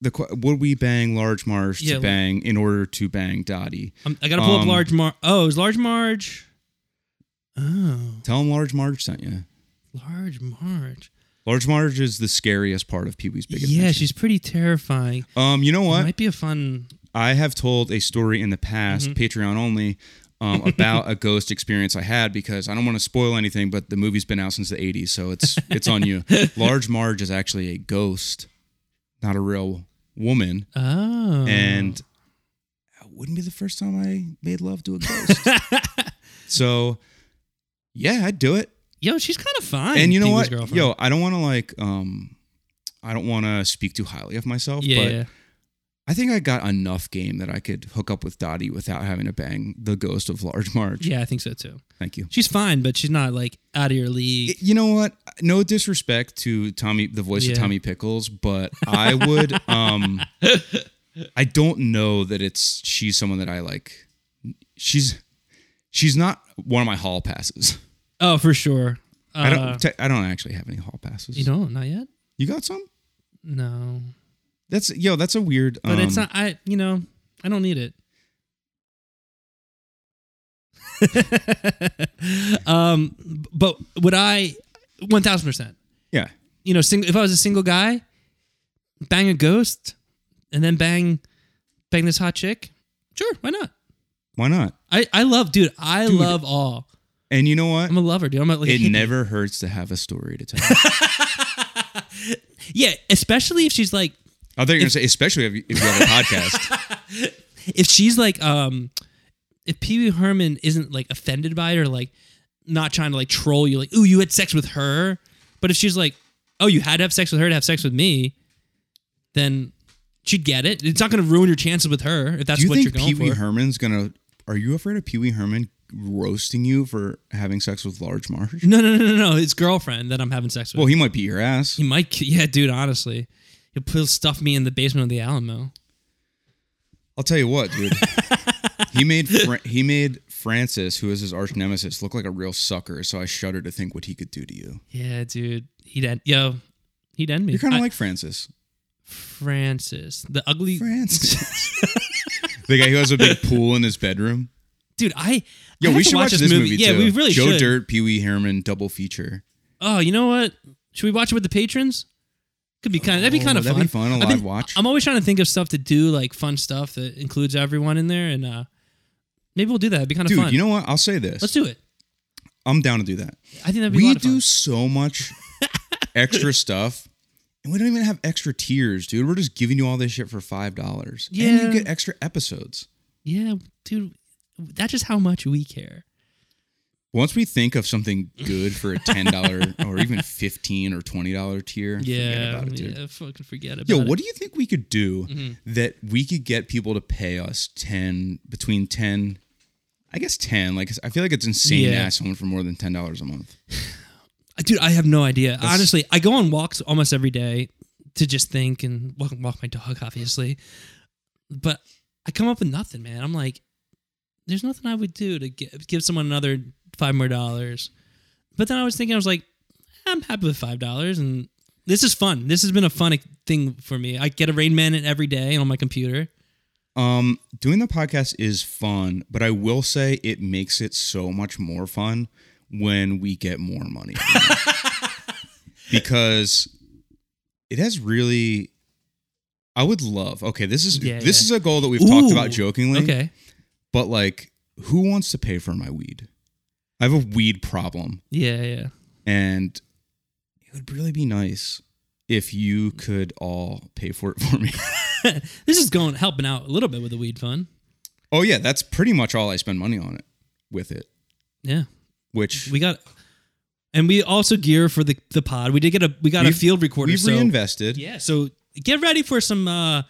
Speaker 1: the qu- would we bang Large Marge
Speaker 2: Yeah,
Speaker 1: to
Speaker 2: like-
Speaker 1: bang in order to bang Dottie?
Speaker 2: I'm, I gotta pull up
Speaker 1: Um,
Speaker 2: large Mar. Oh, is large Marge? Oh,
Speaker 1: Tell him Large Marge sent you.
Speaker 2: large Marge.
Speaker 1: Large Marge is the scariest part of Pee Wee's Big Adventure.
Speaker 2: Yeah, she's pretty terrifying.
Speaker 1: Um, you know
Speaker 2: It
Speaker 1: what?
Speaker 2: might be a fun.
Speaker 1: I have told a story in the past, Patreon only, um, about a ghost experience I had because I don't want to spoil anything, but the movie's been out since the '80s, so it's it's on you. Large Marge is actually a ghost, not a real woman,
Speaker 2: Oh,
Speaker 1: and wouldn't be the first time I made love to a ghost. so, yeah, I'd do it.
Speaker 2: Yo, she's kind of fine.
Speaker 1: and you know
Speaker 2: Pee-wee's
Speaker 1: what?
Speaker 2: Girlfriend.
Speaker 1: Yo, I don't want to like, um, I don't want to speak too highly of myself,
Speaker 2: yeah,
Speaker 1: but
Speaker 2: yeah.
Speaker 1: I think I got enough game that I could hook up with Dottie without having to bang the ghost of Large March.
Speaker 2: yeah, I think so too.
Speaker 1: Thank you.
Speaker 2: She's fine, but she's not like out of your league.
Speaker 1: You know what? No disrespect to Tommy, the voice
Speaker 2: Yeah.
Speaker 1: of Tommy Pickles, but I would. um I don't know that it's she's someone that I like. She's she's not one of my hall passes.
Speaker 2: oh, for sure. Uh,
Speaker 1: I don't. Te- I don't actually have any hall passes.
Speaker 2: You don't? Not yet.
Speaker 1: You got some?
Speaker 2: No,
Speaker 1: That's yo. That's a weird.
Speaker 2: but it's
Speaker 1: um,
Speaker 2: not. I you know I don't need it. um, but would I? One thousand percent.
Speaker 1: Yeah.
Speaker 2: You know, sing, if I was a single guy, bang a ghost, and then bang, bang this hot chick. Sure, why not?
Speaker 1: Why not?
Speaker 2: I I love, dude. I
Speaker 1: Dude.
Speaker 2: love all.
Speaker 1: And you know what?
Speaker 2: I'm a lover, dude. I'm a, like
Speaker 1: It never hurts to have a story to tell.
Speaker 2: yeah, especially if she's like,
Speaker 1: I thought you were gonna say, especially if you, if you have a podcast.
Speaker 2: if she's like, um, if Pee Wee Herman isn't like offended by it or like not trying to like troll you, like, ooh, you had sex with her. But if she's like, oh, you had to have sex with her to have sex with me, then she'd get it. It's not going to ruin your chances with her if that's
Speaker 1: Do you
Speaker 2: what
Speaker 1: think
Speaker 2: you're
Speaker 1: Pee
Speaker 2: going
Speaker 1: Wee
Speaker 2: for.
Speaker 1: Herman's gonna? Are you afraid of Pee Wee Herman roasting you for having sex with Large Marsh?
Speaker 2: no, no, no, no, no. It's girlfriend that I'm having sex with.
Speaker 1: Well, he might beat your ass.
Speaker 2: he might, yeah, dude. Honestly, he'll, he'll stuff me in the basement of the Alamo.
Speaker 1: I'll tell you what, dude. he made Fra- he made Francis, who is his arch nemesis, look like a real sucker. So I shudder to think what he could do to you.
Speaker 2: Yeah, dude. He'd end yo. He'd end me.
Speaker 1: You're kind
Speaker 2: I-
Speaker 1: of like Francis.
Speaker 2: Francis, the ugly
Speaker 1: Francis, the guy who has a big pool in his bedroom.
Speaker 2: dude. I
Speaker 1: Yo,
Speaker 2: I have
Speaker 1: we
Speaker 2: to
Speaker 1: should watch, this movie.
Speaker 2: Yeah,
Speaker 1: too.
Speaker 2: we really
Speaker 1: Joe
Speaker 2: should.
Speaker 1: Dirt, Pee Wee Herman, double feature.
Speaker 2: Oh, you know what? Should we watch it with the patrons? Could be kind. Of, that'd be
Speaker 1: Oh,
Speaker 2: kind of
Speaker 1: that'd
Speaker 2: fun.
Speaker 1: be fun, a
Speaker 2: I've
Speaker 1: live
Speaker 2: been-
Speaker 1: watch.
Speaker 2: I'm always trying to think of stuff to do, like fun stuff that includes everyone in there, and uh maybe we'll do that. It'd be kind
Speaker 1: Dude,
Speaker 2: of fun.
Speaker 1: you know what? I'll say this.
Speaker 2: let's do it.
Speaker 1: I'm down to do that.
Speaker 2: I think that'd be a
Speaker 1: We
Speaker 2: lot of
Speaker 1: do
Speaker 2: fun.
Speaker 1: so much extra stuff, and we don't even have extra tiers, dude. We're just giving you all this shit for five dollars, and
Speaker 2: Yeah.
Speaker 1: you get extra episodes.
Speaker 2: Yeah, dude. That's just how much we care.
Speaker 1: Once we think of something good for a ten dollar or even fifteen or twenty dollar tier, forget
Speaker 2: Yeah,
Speaker 1: about it, dude.
Speaker 2: yeah. Mm-hmm. Fucking forget about
Speaker 1: Yo,
Speaker 2: it.
Speaker 1: what do you think we could do that we could get people to pay us ten between ten, I guess ten. Like I feel like it's insane to
Speaker 2: Yeah.
Speaker 1: ask someone for more than ten dollars a month.
Speaker 2: Dude, I have no idea. Honestly, I go on walks almost every day to just think and walk, walk my dog, obviously. But I come up with nothing, man. I'm like, there's nothing I would do to give, give someone another five more dollars. But then I was thinking, I was like, I'm happy with five dollars, and this is fun. This has been a fun thing for me. I get a Rain Man in every day on my computer.
Speaker 1: Um, doing the podcast is fun, but I will say it makes it so much more fun when we get more money because it has really. I would love. Okay, this is
Speaker 2: Yeah,
Speaker 1: this
Speaker 2: yeah.
Speaker 1: is a goal that we've talked about
Speaker 2: Ooh,
Speaker 1: jokingly.
Speaker 2: Okay,
Speaker 1: but like, who wants to pay for my weed? I have a weed problem,
Speaker 2: yeah, yeah.
Speaker 1: and it would really be nice if you could all pay for it for me.
Speaker 2: This is going helping out a little bit with the weed fund.
Speaker 1: oh yeah, that's pretty much all I spend money on it with it.
Speaker 2: Yeah.
Speaker 1: Which
Speaker 2: We got, and we also gear for the the pod. We did get a we got a
Speaker 1: We've-
Speaker 2: field recorder.
Speaker 1: We've
Speaker 2: so
Speaker 1: reinvested.
Speaker 2: yeah, so get ready for some. uh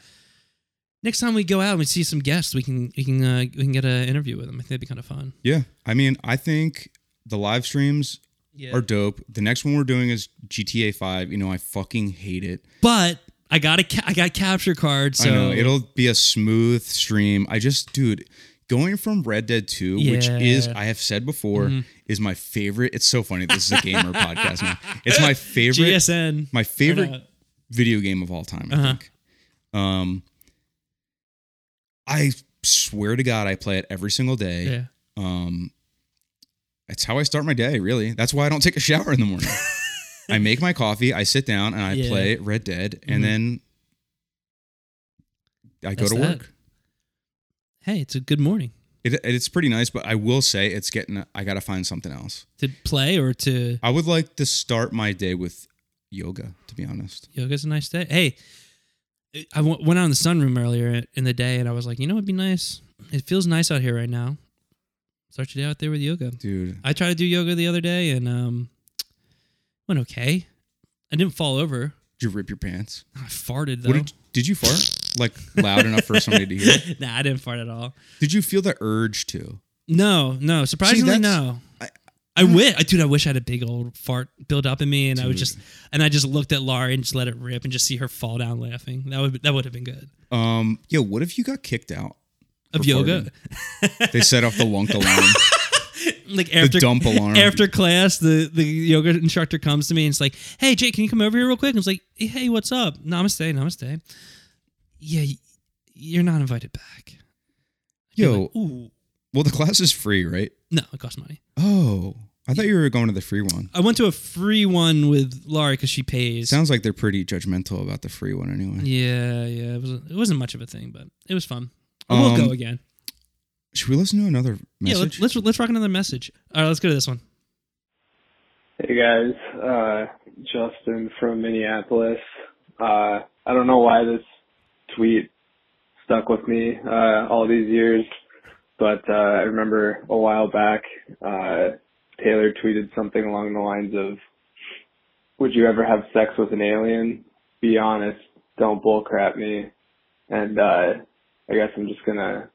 Speaker 2: Next time we go out and we see some guests, we can we can uh, we can get an interview with them. I think that'd be kind of fun.
Speaker 1: Yeah. I mean, I think the live streams
Speaker 2: Yeah,
Speaker 1: are dope. The next one we're doing is GTA 5. You know, I fucking hate it.
Speaker 2: but I got a ca- I got a capture card, so
Speaker 1: I know it'll be a smooth stream. I just, dude, going from Red Dead 2, which
Speaker 2: Yeah. Mm-hmm.
Speaker 1: is, I have said before, is my favorite. It's so funny. This is a gamer podcast now. It's my favorite.
Speaker 2: GSN.
Speaker 1: my
Speaker 2: Or
Speaker 1: favorite
Speaker 2: not.
Speaker 1: video game of all time, I
Speaker 2: Uh-huh.
Speaker 1: think. Um, I swear to God, I play it every single day.
Speaker 2: Yeah,
Speaker 1: Um, it's how I start my day, really. That's why I don't take a shower in the morning. I make my coffee, I sit down, and I
Speaker 2: Yeah.
Speaker 1: play Red Dead,
Speaker 2: Mhm.
Speaker 1: and then I
Speaker 2: That's
Speaker 1: go to
Speaker 2: that.
Speaker 1: work.
Speaker 2: hey, it's a good morning
Speaker 1: It, it's pretty nice, but I will say it's getting. I gotta find something else.
Speaker 2: to play or to
Speaker 1: I would like to start my day with yoga, to be honest.
Speaker 2: yoga's a nice day. Hey, it- I w- went out in the sunroom earlier in the day, and I was like, you know, it'd be nice. It feels nice out here right now. Start your day out there with yoga.
Speaker 1: dude.
Speaker 2: I tried to do yoga the other day, and um, went okay. I didn't fall over.
Speaker 1: Did you rip your pants?
Speaker 2: I farted though.
Speaker 1: What did, did you fart? Like loud enough for somebody to hear?
Speaker 2: nah, I didn't fart at all.
Speaker 1: Did you feel the urge to?
Speaker 2: No, no. Surprisingly,
Speaker 1: that's-
Speaker 2: no.
Speaker 1: I-
Speaker 2: I wish, dude. I wish I had a big old fart build up in me, and I would
Speaker 1: Dude.
Speaker 2: just, and I just looked at Laurie and just let it rip, and just see her fall down laughing. That would, that would have been good.
Speaker 1: Um, yo, what if you got kicked out?
Speaker 2: Of
Speaker 1: For
Speaker 2: yoga,
Speaker 1: They set off the lunk alarm.
Speaker 2: like after
Speaker 1: dump alarm.
Speaker 2: after class, the the yoga instructor comes to me and it's like, "Hey, Jake, can you come over here real quick?" And it's like, "Hey, what's up? Namaste, namaste." Yeah, y- you're not invited back. You're
Speaker 1: Yo,
Speaker 2: like, ooh,
Speaker 1: well, the class is free, right?
Speaker 2: no, it costs money.
Speaker 1: Oh, I thought you were going to the free one.
Speaker 2: I went to a free one with Laurie because she pays.
Speaker 1: Sounds like they're pretty judgmental about the free one anyway.
Speaker 2: Yeah, yeah. It wasn't, it wasn't much of a thing, but it was fun. We'll
Speaker 1: Um,
Speaker 2: go again.
Speaker 1: Should we listen to another
Speaker 2: Yeah, let,
Speaker 1: message?
Speaker 2: let's let's rock another message. All right, let's go to this one.
Speaker 5: Hey guys, uh, Justin from Minneapolis. Uh, I don't know why this tweet stuck with me uh, all these years, but uh, I remember a while back uh, Taylor tweeted something along the lines of, "Would you ever have sex with an alien? Be honest, don't bullcrap me." And uh, I guess I'm just gonna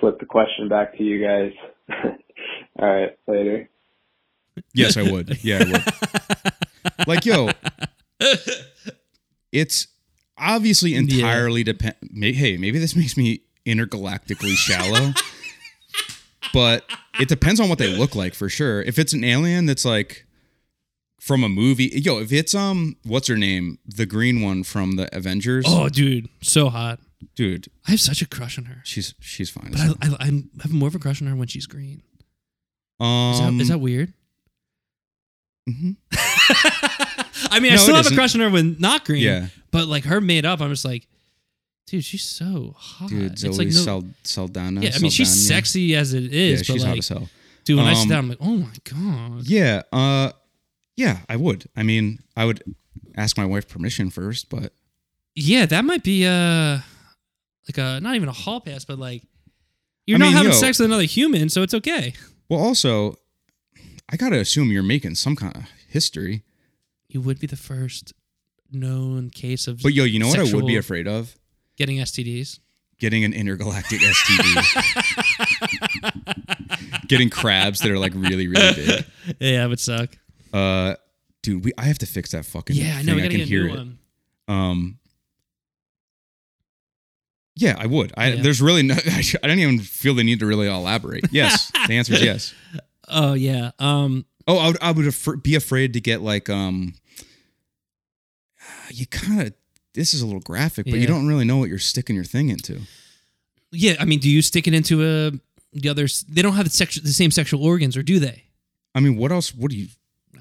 Speaker 5: flip the question back to you guys. all right, later.
Speaker 1: yes, I would. Yeah, I would. like, yo, it's obviously entirely depend. May- hey, maybe this makes me intergalactically shallow, but it depends on what they look like for sure. If it's an alien that's like from a movie, yo, if it's um, what's her name, the green one from the Avengers,
Speaker 2: Oh, dude, so hot.
Speaker 1: dude,
Speaker 2: I have such a crush on her,
Speaker 1: she's she's fine.
Speaker 2: but
Speaker 1: as
Speaker 2: I,
Speaker 1: hell.
Speaker 2: I, I'm I have more of a crush on her when she's green. Is,
Speaker 1: um,
Speaker 2: that, is that weird?
Speaker 1: mhm.
Speaker 2: I mean, I
Speaker 1: No,
Speaker 2: still
Speaker 1: it
Speaker 2: have a
Speaker 1: isn't.
Speaker 2: crush on her when not green.
Speaker 1: Yeah.
Speaker 2: But like her made up, I'm just like, dude, she's so hot.
Speaker 1: dude, Zoe
Speaker 2: it's like no.
Speaker 1: Sal- Saldana.
Speaker 2: Yeah, I mean, she's
Speaker 1: Saldana.
Speaker 2: sexy as it
Speaker 1: Yeah,
Speaker 2: is, but
Speaker 1: she's hot
Speaker 2: like,
Speaker 1: as hell.
Speaker 2: dude, when I sit
Speaker 1: Um,
Speaker 2: down, I'm like, oh my god.
Speaker 1: Yeah, uh, yeah, I would. I mean, I would ask my wife permission first, but
Speaker 2: Yeah, that might be uh like a not even a hall pass, but like you're
Speaker 1: I
Speaker 2: not
Speaker 1: mean,
Speaker 2: having
Speaker 1: yo-
Speaker 2: sex with another human, so it's okay.
Speaker 1: well, also, I gotta assume you're making some kind of history.
Speaker 2: You would be the first known case of
Speaker 1: But yo, you know what I would be
Speaker 2: sexual-
Speaker 1: afraid of?
Speaker 2: getting STDs.
Speaker 1: Getting an intergalactic STD. Getting crabs that are like really, really big.
Speaker 2: yeah, it would suck.
Speaker 1: Uh, dude, we I have to fix that fucking.
Speaker 2: Yeah, I know.
Speaker 1: thing.
Speaker 2: We gotta
Speaker 1: can
Speaker 2: get a
Speaker 1: hear
Speaker 2: new
Speaker 1: it.
Speaker 2: one.
Speaker 1: Um. Yeah, I would. I,
Speaker 2: Yeah.
Speaker 1: There's really no. I, sh- I don't even feel the need to really elaborate. Yes, the answer is yes.
Speaker 2: Oh yeah. Um.
Speaker 1: Oh, I would, I would af- be afraid to get like um. You kind of. This is a little graphic, but
Speaker 2: Yeah.
Speaker 1: you don't really know what you're sticking your thing into.
Speaker 2: Yeah. I mean, do you stick it into a the other? s- They don't have the, sexu- the same sexual organs, or do they?
Speaker 1: I mean, what else? What do you?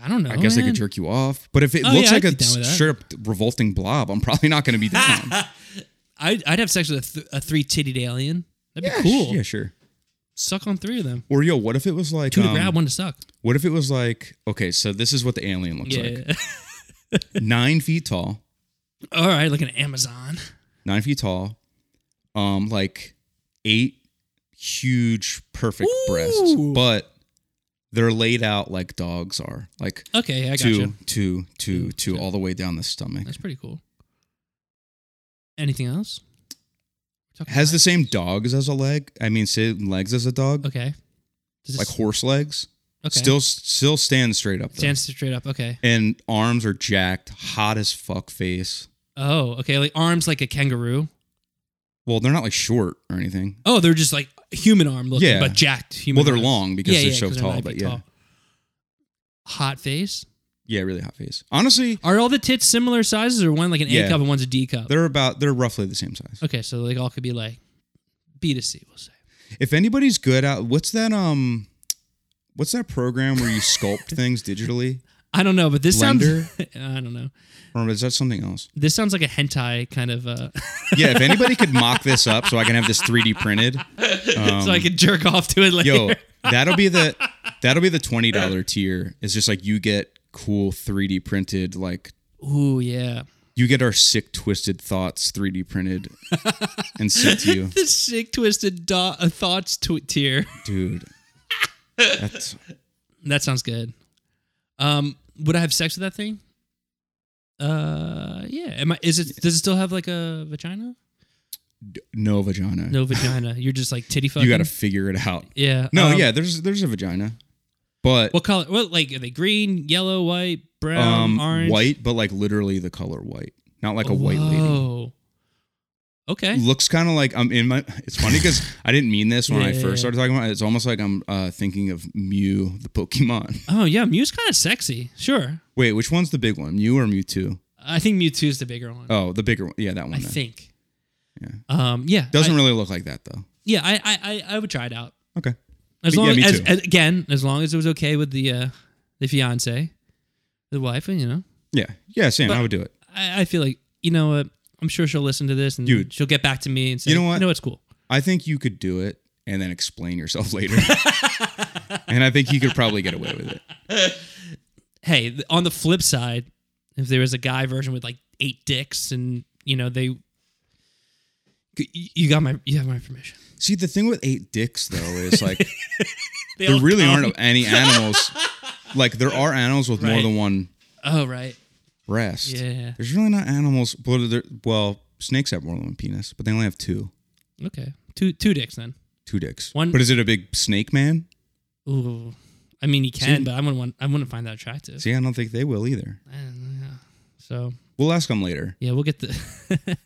Speaker 2: I don't know.
Speaker 1: I guess they
Speaker 2: man.
Speaker 1: could jerk you off, but if it
Speaker 2: Oh,
Speaker 1: looks
Speaker 2: yeah,
Speaker 1: like
Speaker 2: I'd
Speaker 1: a
Speaker 2: be down with that.
Speaker 1: straight up revolting blob, I'm probably not going to be down.
Speaker 2: I'd, I'd have sex with a, th- a three titted alien. That'd be
Speaker 1: Yeah,
Speaker 2: cool.
Speaker 1: Yeah, sure.
Speaker 2: Suck on three of them.
Speaker 1: Or yo, what if it was like
Speaker 2: Two to
Speaker 1: um,
Speaker 2: grab, one to suck.
Speaker 1: What if it was like okay, so this is what the alien looks
Speaker 2: Yeah.
Speaker 1: like. nine feet tall,
Speaker 2: All right, like an Amazon.
Speaker 1: nine feet tall, um, like eight huge, perfect breasts,
Speaker 2: Ooh.
Speaker 1: but they're laid out like dogs are, like
Speaker 2: Okay, I got
Speaker 1: two,
Speaker 2: you.
Speaker 1: two, two,
Speaker 2: Two,
Speaker 1: two,
Speaker 2: two.
Speaker 1: all the way down the stomach.
Speaker 2: That's pretty cool. Anything else? Talking
Speaker 1: Has
Speaker 2: about-
Speaker 1: the same dogs as a leg. I mean, same legs as a dog,
Speaker 2: Okay. Does
Speaker 1: like
Speaker 2: this-
Speaker 1: horse legs.
Speaker 2: okay.
Speaker 1: Still, still stand straight up. Though.
Speaker 2: stands straight up. Okay.
Speaker 1: and arms are jacked, hot as fuck face.
Speaker 2: Oh, okay. Like arms like a kangaroo.
Speaker 1: Well, they're not like short or anything.
Speaker 2: Oh, they're just like human arm looking,
Speaker 1: Yeah.
Speaker 2: but jacked human.
Speaker 1: Well, they're
Speaker 2: arms.
Speaker 1: long because they're so
Speaker 2: 'cause
Speaker 1: tall,
Speaker 2: nine
Speaker 1: but
Speaker 2: feet
Speaker 1: yeah.
Speaker 2: Hot face.
Speaker 1: Yeah, really hot face. Honestly,
Speaker 2: Are all the tits similar sizes, or one like an A
Speaker 1: Yeah.
Speaker 2: cup and one's a D cup?
Speaker 1: they're about they're roughly the same size.
Speaker 2: okay, so they all could be like B to C. We'll say.
Speaker 1: If anybody's good at what's that um what's that program where you sculpt things digitally?
Speaker 2: I don't know, but this sounds.
Speaker 1: Blender?
Speaker 2: I don't know.
Speaker 1: Or is that something else?
Speaker 2: This sounds like a hentai kind of. Uh,
Speaker 1: Yeah, if anybody could mock this up so I can have this 3D printed. Um,
Speaker 2: so I could jerk off to it later.
Speaker 1: Yo, that'll be the that'll be the twenty dollar tier. It's just like you get cool 3D printed like
Speaker 2: Ooh yeah.
Speaker 1: You get our sick, twisted thoughts 3D printed and sent to you,
Speaker 2: the sick, twisted do- uh, thoughts tw- tier.
Speaker 1: dude. That's
Speaker 2: That sounds good. Um, would I have sex with that thing? Uh, yeah. Am I? Is it? Does it still have like a vagina?
Speaker 1: no vagina.
Speaker 2: No vagina. You're just like titty fucking.
Speaker 1: you got to figure it out.
Speaker 2: yeah.
Speaker 1: No,
Speaker 2: um,
Speaker 1: yeah, there's there's a vagina, but
Speaker 2: What color? What like are they? Green, yellow, white, brown,
Speaker 1: um
Speaker 2: orange,
Speaker 1: white, but like literally the color white, not like a white lady.
Speaker 2: Whoa. Okay.
Speaker 1: Looks kind of like I'm in my. It's funny because I didn't mean this when I
Speaker 2: Yeah, yeah,
Speaker 1: first
Speaker 2: yeah.
Speaker 1: started talking about. it. It's almost like I'm uh, thinking of Mew, the Pokemon.
Speaker 2: Oh yeah, Mew's kind of sexy. Sure.
Speaker 1: Wait, which one's the big one? Mew or Mewtwo?
Speaker 2: I think Mewtwo's the bigger one.
Speaker 1: Oh, the bigger one. Yeah, that one.
Speaker 2: I
Speaker 1: then.
Speaker 2: think.
Speaker 1: Yeah.
Speaker 2: Um. Yeah.
Speaker 1: Doesn't
Speaker 2: I,
Speaker 1: really look like that though.
Speaker 2: yeah. I, I. I. I would try it out.
Speaker 1: Okay.
Speaker 2: As
Speaker 1: Yeah,
Speaker 2: long
Speaker 1: me
Speaker 2: as,
Speaker 1: too.
Speaker 2: as again, as long as it was okay with the uh, the fiance, the wife, and you know,
Speaker 1: Yeah. Yeah, Sam,
Speaker 2: But-
Speaker 1: I would do it.
Speaker 2: I, I feel like you know what. I'm sure she'll listen to this and
Speaker 1: Dude.
Speaker 2: she'll get back to me and say,
Speaker 1: You know what?
Speaker 2: No, it's cool.
Speaker 1: I think you could do it and then explain yourself later. and I think you could probably get away with it.
Speaker 2: Hey, th- on the flip side, if there was a guy version with like eight dicks and you know they, you- you got my you have my permission.
Speaker 1: See, the thing with eight dicks though is like
Speaker 2: They
Speaker 1: there
Speaker 2: all
Speaker 1: really
Speaker 2: come.
Speaker 1: aren't any animals. like there are animals with more
Speaker 2: Right.
Speaker 1: than one
Speaker 2: Oh right,
Speaker 1: breast.
Speaker 2: yeah,
Speaker 1: There's really not animals. Well, there- well, snakes have more than one penis, but they only have two,
Speaker 2: okay. Two two dicks then.
Speaker 1: two dicks.
Speaker 2: One-
Speaker 1: But is it a big snake man?
Speaker 2: Ooh, I mean you can,
Speaker 1: See?
Speaker 2: but I wouldn't want I wouldn't find that attractive.
Speaker 1: See, I don't think they will either.
Speaker 2: I don't know. So
Speaker 1: We'll ask them later.
Speaker 2: Yeah, we'll get the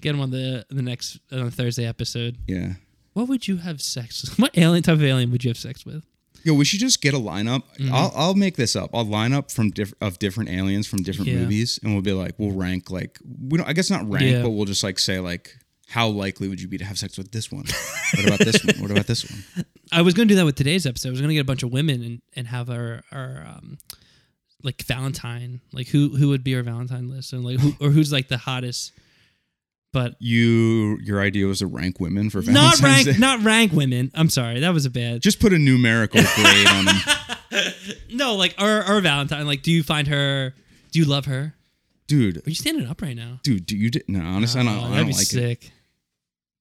Speaker 2: get them on the the next on the Thursday episode.
Speaker 1: Yeah.
Speaker 2: What would you have sex? What alien type of alien would you have sex with?
Speaker 1: Yo, we should just get a lineup.
Speaker 2: Mm-hmm.
Speaker 1: I'll I'll make this up. I'll line up from diff- of different aliens from different
Speaker 2: Yeah.
Speaker 1: movies, and we'll be like, we'll rank like we don't. I guess not rank,
Speaker 2: Yeah.
Speaker 1: but we'll just like say like how likely would you be to have sex with this one? what about this one? What about this one?
Speaker 2: I was going to do that with today's episode. I was going to get a bunch of women and, and have our our um, like Valentine, like who who would be our Valentine list and like who or who's like the hottest. But
Speaker 1: You your idea was to rank women for
Speaker 2: not
Speaker 1: Valentine's
Speaker 2: rank
Speaker 1: Day?
Speaker 2: not rank women. I'm sorry, that was a bad.
Speaker 1: Just put a numerical grade on them,
Speaker 2: no, like our our Valentine. Like, do you find her? Do you love her?
Speaker 1: dude.
Speaker 2: Are you standing up right now?
Speaker 1: Dude, do you did no? Honestly, I
Speaker 2: Oh,
Speaker 1: don't. I don't
Speaker 2: that'd be
Speaker 1: like it.
Speaker 2: sick.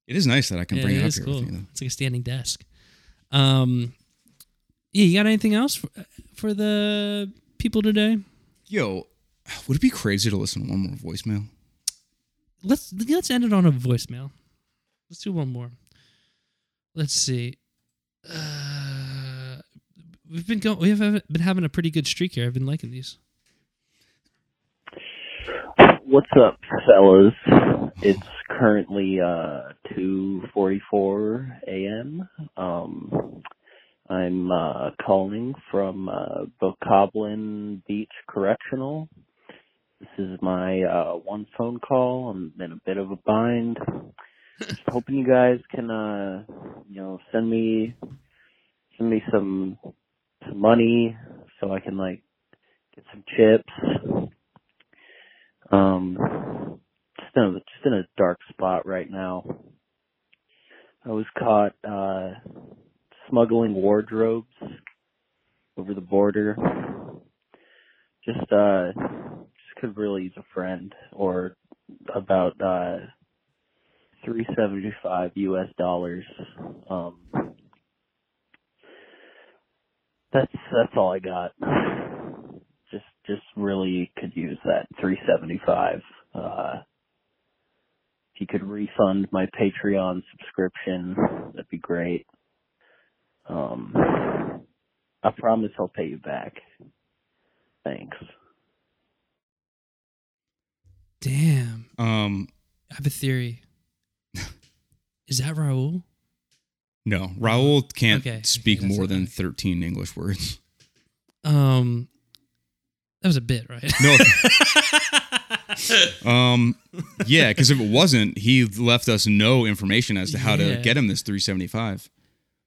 Speaker 1: It is nice that I can bring it up
Speaker 2: is
Speaker 1: here with you. Though.
Speaker 2: It's like a standing desk. Um, yeah, you got anything else for, for the people today?
Speaker 1: Yo, would it be crazy to listen to one more voicemail?
Speaker 2: Let's let's end it on a voicemail. Let's do one more. Let's see. Uh, we've been going. We have been having a pretty good streak here. I've been liking these.
Speaker 6: What's up, fellas? It's currently uh 2:44 a.m. Um I'm uh calling from uh Bokoblin Beach Correctional. This is my uh one phone call. I'm in a bit of a bind. Just hoping you guys can uh you know send me send me some some money so I can like get some chips um just in a, just in a dark spot right now. I was caught uh smuggling wardrobes over the border. Just uh just could really use a friend or about uh 375 US dollars. Um that's that's all I got just just really could use that 375 uh if you could refund my patreon subscription that'd be great um i promise i'll pay you back thanks
Speaker 2: Damn,
Speaker 1: Um,
Speaker 2: I have a theory. Is that Raul?
Speaker 1: no, Raoul can't
Speaker 2: Okay,
Speaker 1: speak
Speaker 2: okay, that's
Speaker 1: more
Speaker 2: not
Speaker 1: than
Speaker 2: right.
Speaker 1: thirteen English words.
Speaker 2: Um, that was a bit, right?
Speaker 1: No. um, yeah, because if it wasn't, he left us no information as to how
Speaker 2: Yeah.
Speaker 1: to get him this 375.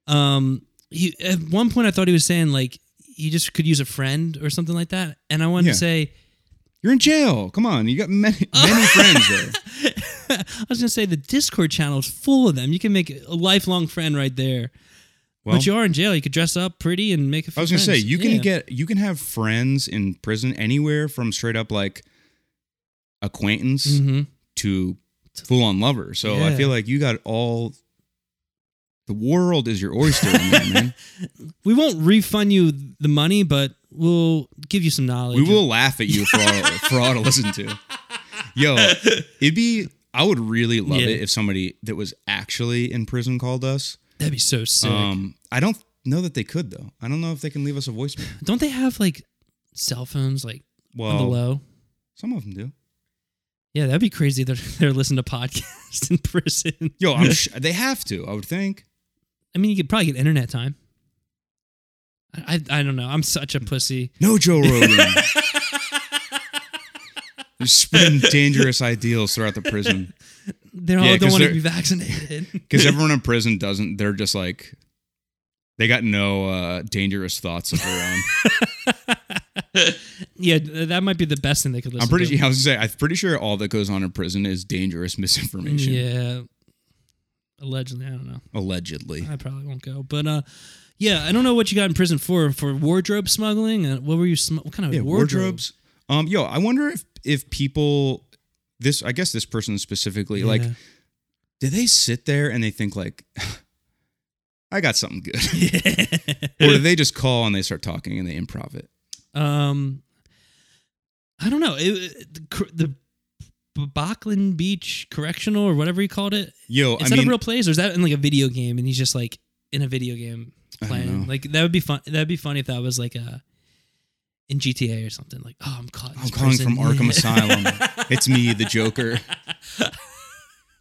Speaker 2: um he at one point i thought he was saying like he just could use a friend or something like that and i wanted
Speaker 1: Yeah.
Speaker 2: to say
Speaker 1: You're in jail. Come on, you got many many friends there.
Speaker 2: i was going to say the discord channel is full of them you can make a lifelong friend right there
Speaker 1: Well,
Speaker 2: but you are in jail you could dress up pretty and make a few
Speaker 1: I was gonna say
Speaker 2: friends.
Speaker 1: you can
Speaker 2: Yeah.
Speaker 1: get you can have friends in prison anywhere from straight up like acquaintance
Speaker 2: Mm-hmm.
Speaker 1: to full on lover. So I
Speaker 2: Yeah.
Speaker 1: feel like you got all the world is your oyster, in there, man.
Speaker 2: We won't refund you the money, but we'll give you some knowledge.
Speaker 1: We will laugh at you for all, for all to listen to. Yo, it'd be I would really love
Speaker 2: Yeah.
Speaker 1: it if somebody that was actually in prison called us.
Speaker 2: That'd be so sick.
Speaker 1: Um, I don't know that they could though. I don't know if they can leave us a voicemail.
Speaker 2: Don't they have like cell phones like on the
Speaker 1: Well,
Speaker 2: low?
Speaker 1: some of them do.
Speaker 2: Yeah, that'd be crazy. They're they're listening to podcasts in prison.
Speaker 1: Yo, I'm sh- they have to. I would think.
Speaker 2: I mean, you could probably get internet time. I I, I don't know. I'm such a pussy.
Speaker 1: No, Joe Rogan. You're spreading dangerous ideals throughout the prison
Speaker 2: They all
Speaker 1: Yeah,
Speaker 2: don't
Speaker 1: 'cause
Speaker 2: want to
Speaker 1: they're-
Speaker 2: be vaccinated.
Speaker 1: because everyone in prison doesn't. They're just like they got no uh, dangerous thoughts of their own.
Speaker 2: yeah, th- that might be the best thing they could listen.
Speaker 1: I'm pretty.
Speaker 2: to.
Speaker 1: sure I was gonna say. I'm pretty sure all that goes on in prison is dangerous misinformation.
Speaker 2: Yeah. Allegedly, I don't know.
Speaker 1: Allegedly.
Speaker 2: I probably won't go, but uh, yeah, I don't know what you got in prison for for wardrobe smuggling. Uh, what were you? Sm- what kind of
Speaker 1: Yeah,
Speaker 2: wardrobe?
Speaker 1: wardrobes. Um, yo, I wonder if if people this I guess this person specifically like
Speaker 2: Yeah.
Speaker 1: do they sit there and they think like I got something good, or do
Speaker 2: Yeah.
Speaker 1: they just call and they start talking and they improv it?
Speaker 2: um, I don't know. It, the cor- the B- Bachland Beach Correctional or whatever he called it.
Speaker 1: Yo,
Speaker 2: Is
Speaker 1: I
Speaker 2: that
Speaker 1: mean,
Speaker 2: a real place or is that in like a video game? And he's just like in a video game
Speaker 1: I don't
Speaker 2: playing.
Speaker 1: know.
Speaker 2: Like that would be fun. That'd be funny if that was like a in GTA or something. Like, oh, I'm caught. in
Speaker 1: I'm
Speaker 2: this
Speaker 1: calling
Speaker 2: prison.
Speaker 1: from Arkham
Speaker 2: Yeah.
Speaker 1: Asylum. It's me, the Joker.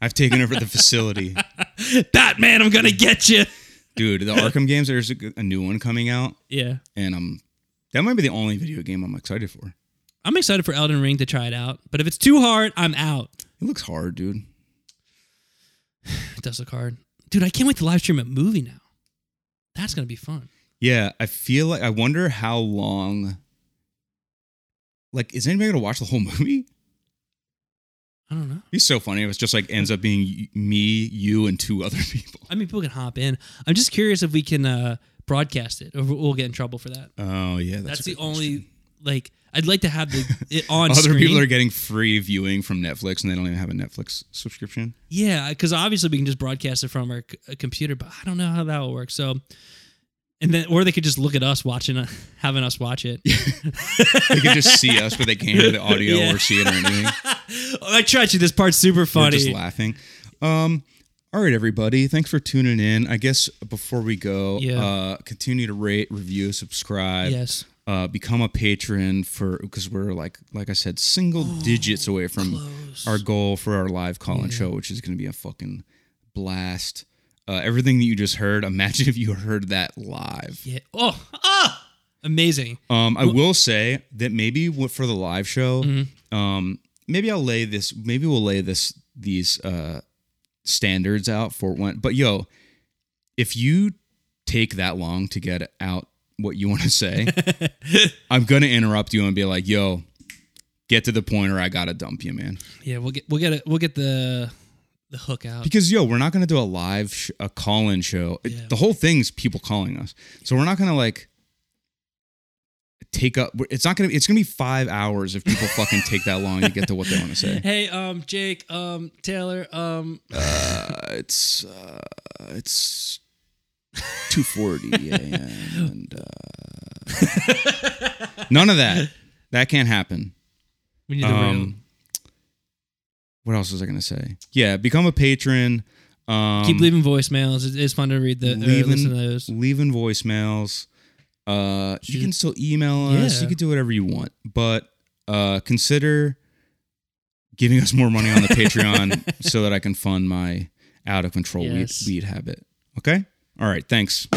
Speaker 1: I've taken over the facility,
Speaker 2: Batman, I'm gonna get you.
Speaker 1: dude. The Arkham games. There's a, a new one coming out,
Speaker 2: Yeah,
Speaker 1: and I'm that might be the only video game I'm excited for.
Speaker 2: I'm excited for Elden Ring to try it out. But if it's too hard, I'm out.
Speaker 1: It looks hard, dude.
Speaker 2: It does look hard, dude. I can't wait to live stream a movie now. That's gonna be fun.
Speaker 1: Yeah, I feel like I wonder how long. Like, is anybody gonna watch the whole movie?
Speaker 2: I don't know.
Speaker 1: He's so funny. It was just like ends up being y- me, you, and two other people.
Speaker 2: I mean, people can hop in. I'm just curious if we can uh, broadcast it, or we'll get in trouble for that.
Speaker 1: Oh yeah, that's,
Speaker 2: That's,
Speaker 1: a
Speaker 2: the
Speaker 1: good
Speaker 2: only
Speaker 1: question.
Speaker 2: like. I'd like to have the it on
Speaker 1: Other
Speaker 2: screen.
Speaker 1: people are getting free viewing from Netflix, and they don't even have a Netflix subscription.
Speaker 2: Yeah, because obviously we can just broadcast it from our c- uh, computer, but I don't know how that will work. So, and then or they could just look at us watching, uh, having us watch it.
Speaker 1: They can just see us, but they can't hear the audio
Speaker 2: Yeah.
Speaker 1: or see it or anything.
Speaker 2: Oh, I tried you. This part's super
Speaker 1: We're
Speaker 2: funny.
Speaker 1: just laughing. Um, all right, everybody. Thanks for tuning in. I guess before we go,
Speaker 2: Yeah.
Speaker 1: uh, continue to rate, review, subscribe.
Speaker 2: yes,
Speaker 1: uh, become a patron for because we're like like I said, single digits away from
Speaker 2: Oh, close.
Speaker 1: our goal for our live call in show, which is going to be a fucking blast. Uh, everything that you just heard, imagine if you heard that live.
Speaker 2: yeah. Oh, ah, amazing.
Speaker 1: Um, I will say that maybe what for the live show, um, maybe I'll lay this. Maybe we'll lay this these uh, standards out for one. But yo, if you take that long to get out what you want to say, I'm gonna interrupt you and be like, yo, get to the point or I gotta dump you, man.
Speaker 2: Yeah, we'll get we'll get it. We'll get the the hook out.
Speaker 1: Because yo, we're not gonna do a live sh- a call in show. It-
Speaker 2: Yeah.
Speaker 1: the whole thing's people calling us, so we're not gonna like take up. It's not gonna. It's gonna be five hours if people fucking take that long to get to what they want to say.
Speaker 2: Hey, um, Jake, um, Taylor, um,
Speaker 1: Uh, it's uh, it's two forty a.m. and uh, none of that. That can't happen.
Speaker 2: we need the real.
Speaker 1: Um, what else was I gonna say? Yeah, become a patron. Um,
Speaker 2: Keep leaving voicemails. It's, it's fun to read the or
Speaker 1: leaving-
Speaker 2: listen to those.
Speaker 1: leaving voicemails. Uh, you
Speaker 2: Should-
Speaker 1: can still email us.
Speaker 2: Yeah.
Speaker 1: You can do whatever you want, but uh, consider giving us more money on the Patreon so that I can fund my out of control
Speaker 2: Yes.
Speaker 1: weed, weed habit. Okay. All right. Thanks.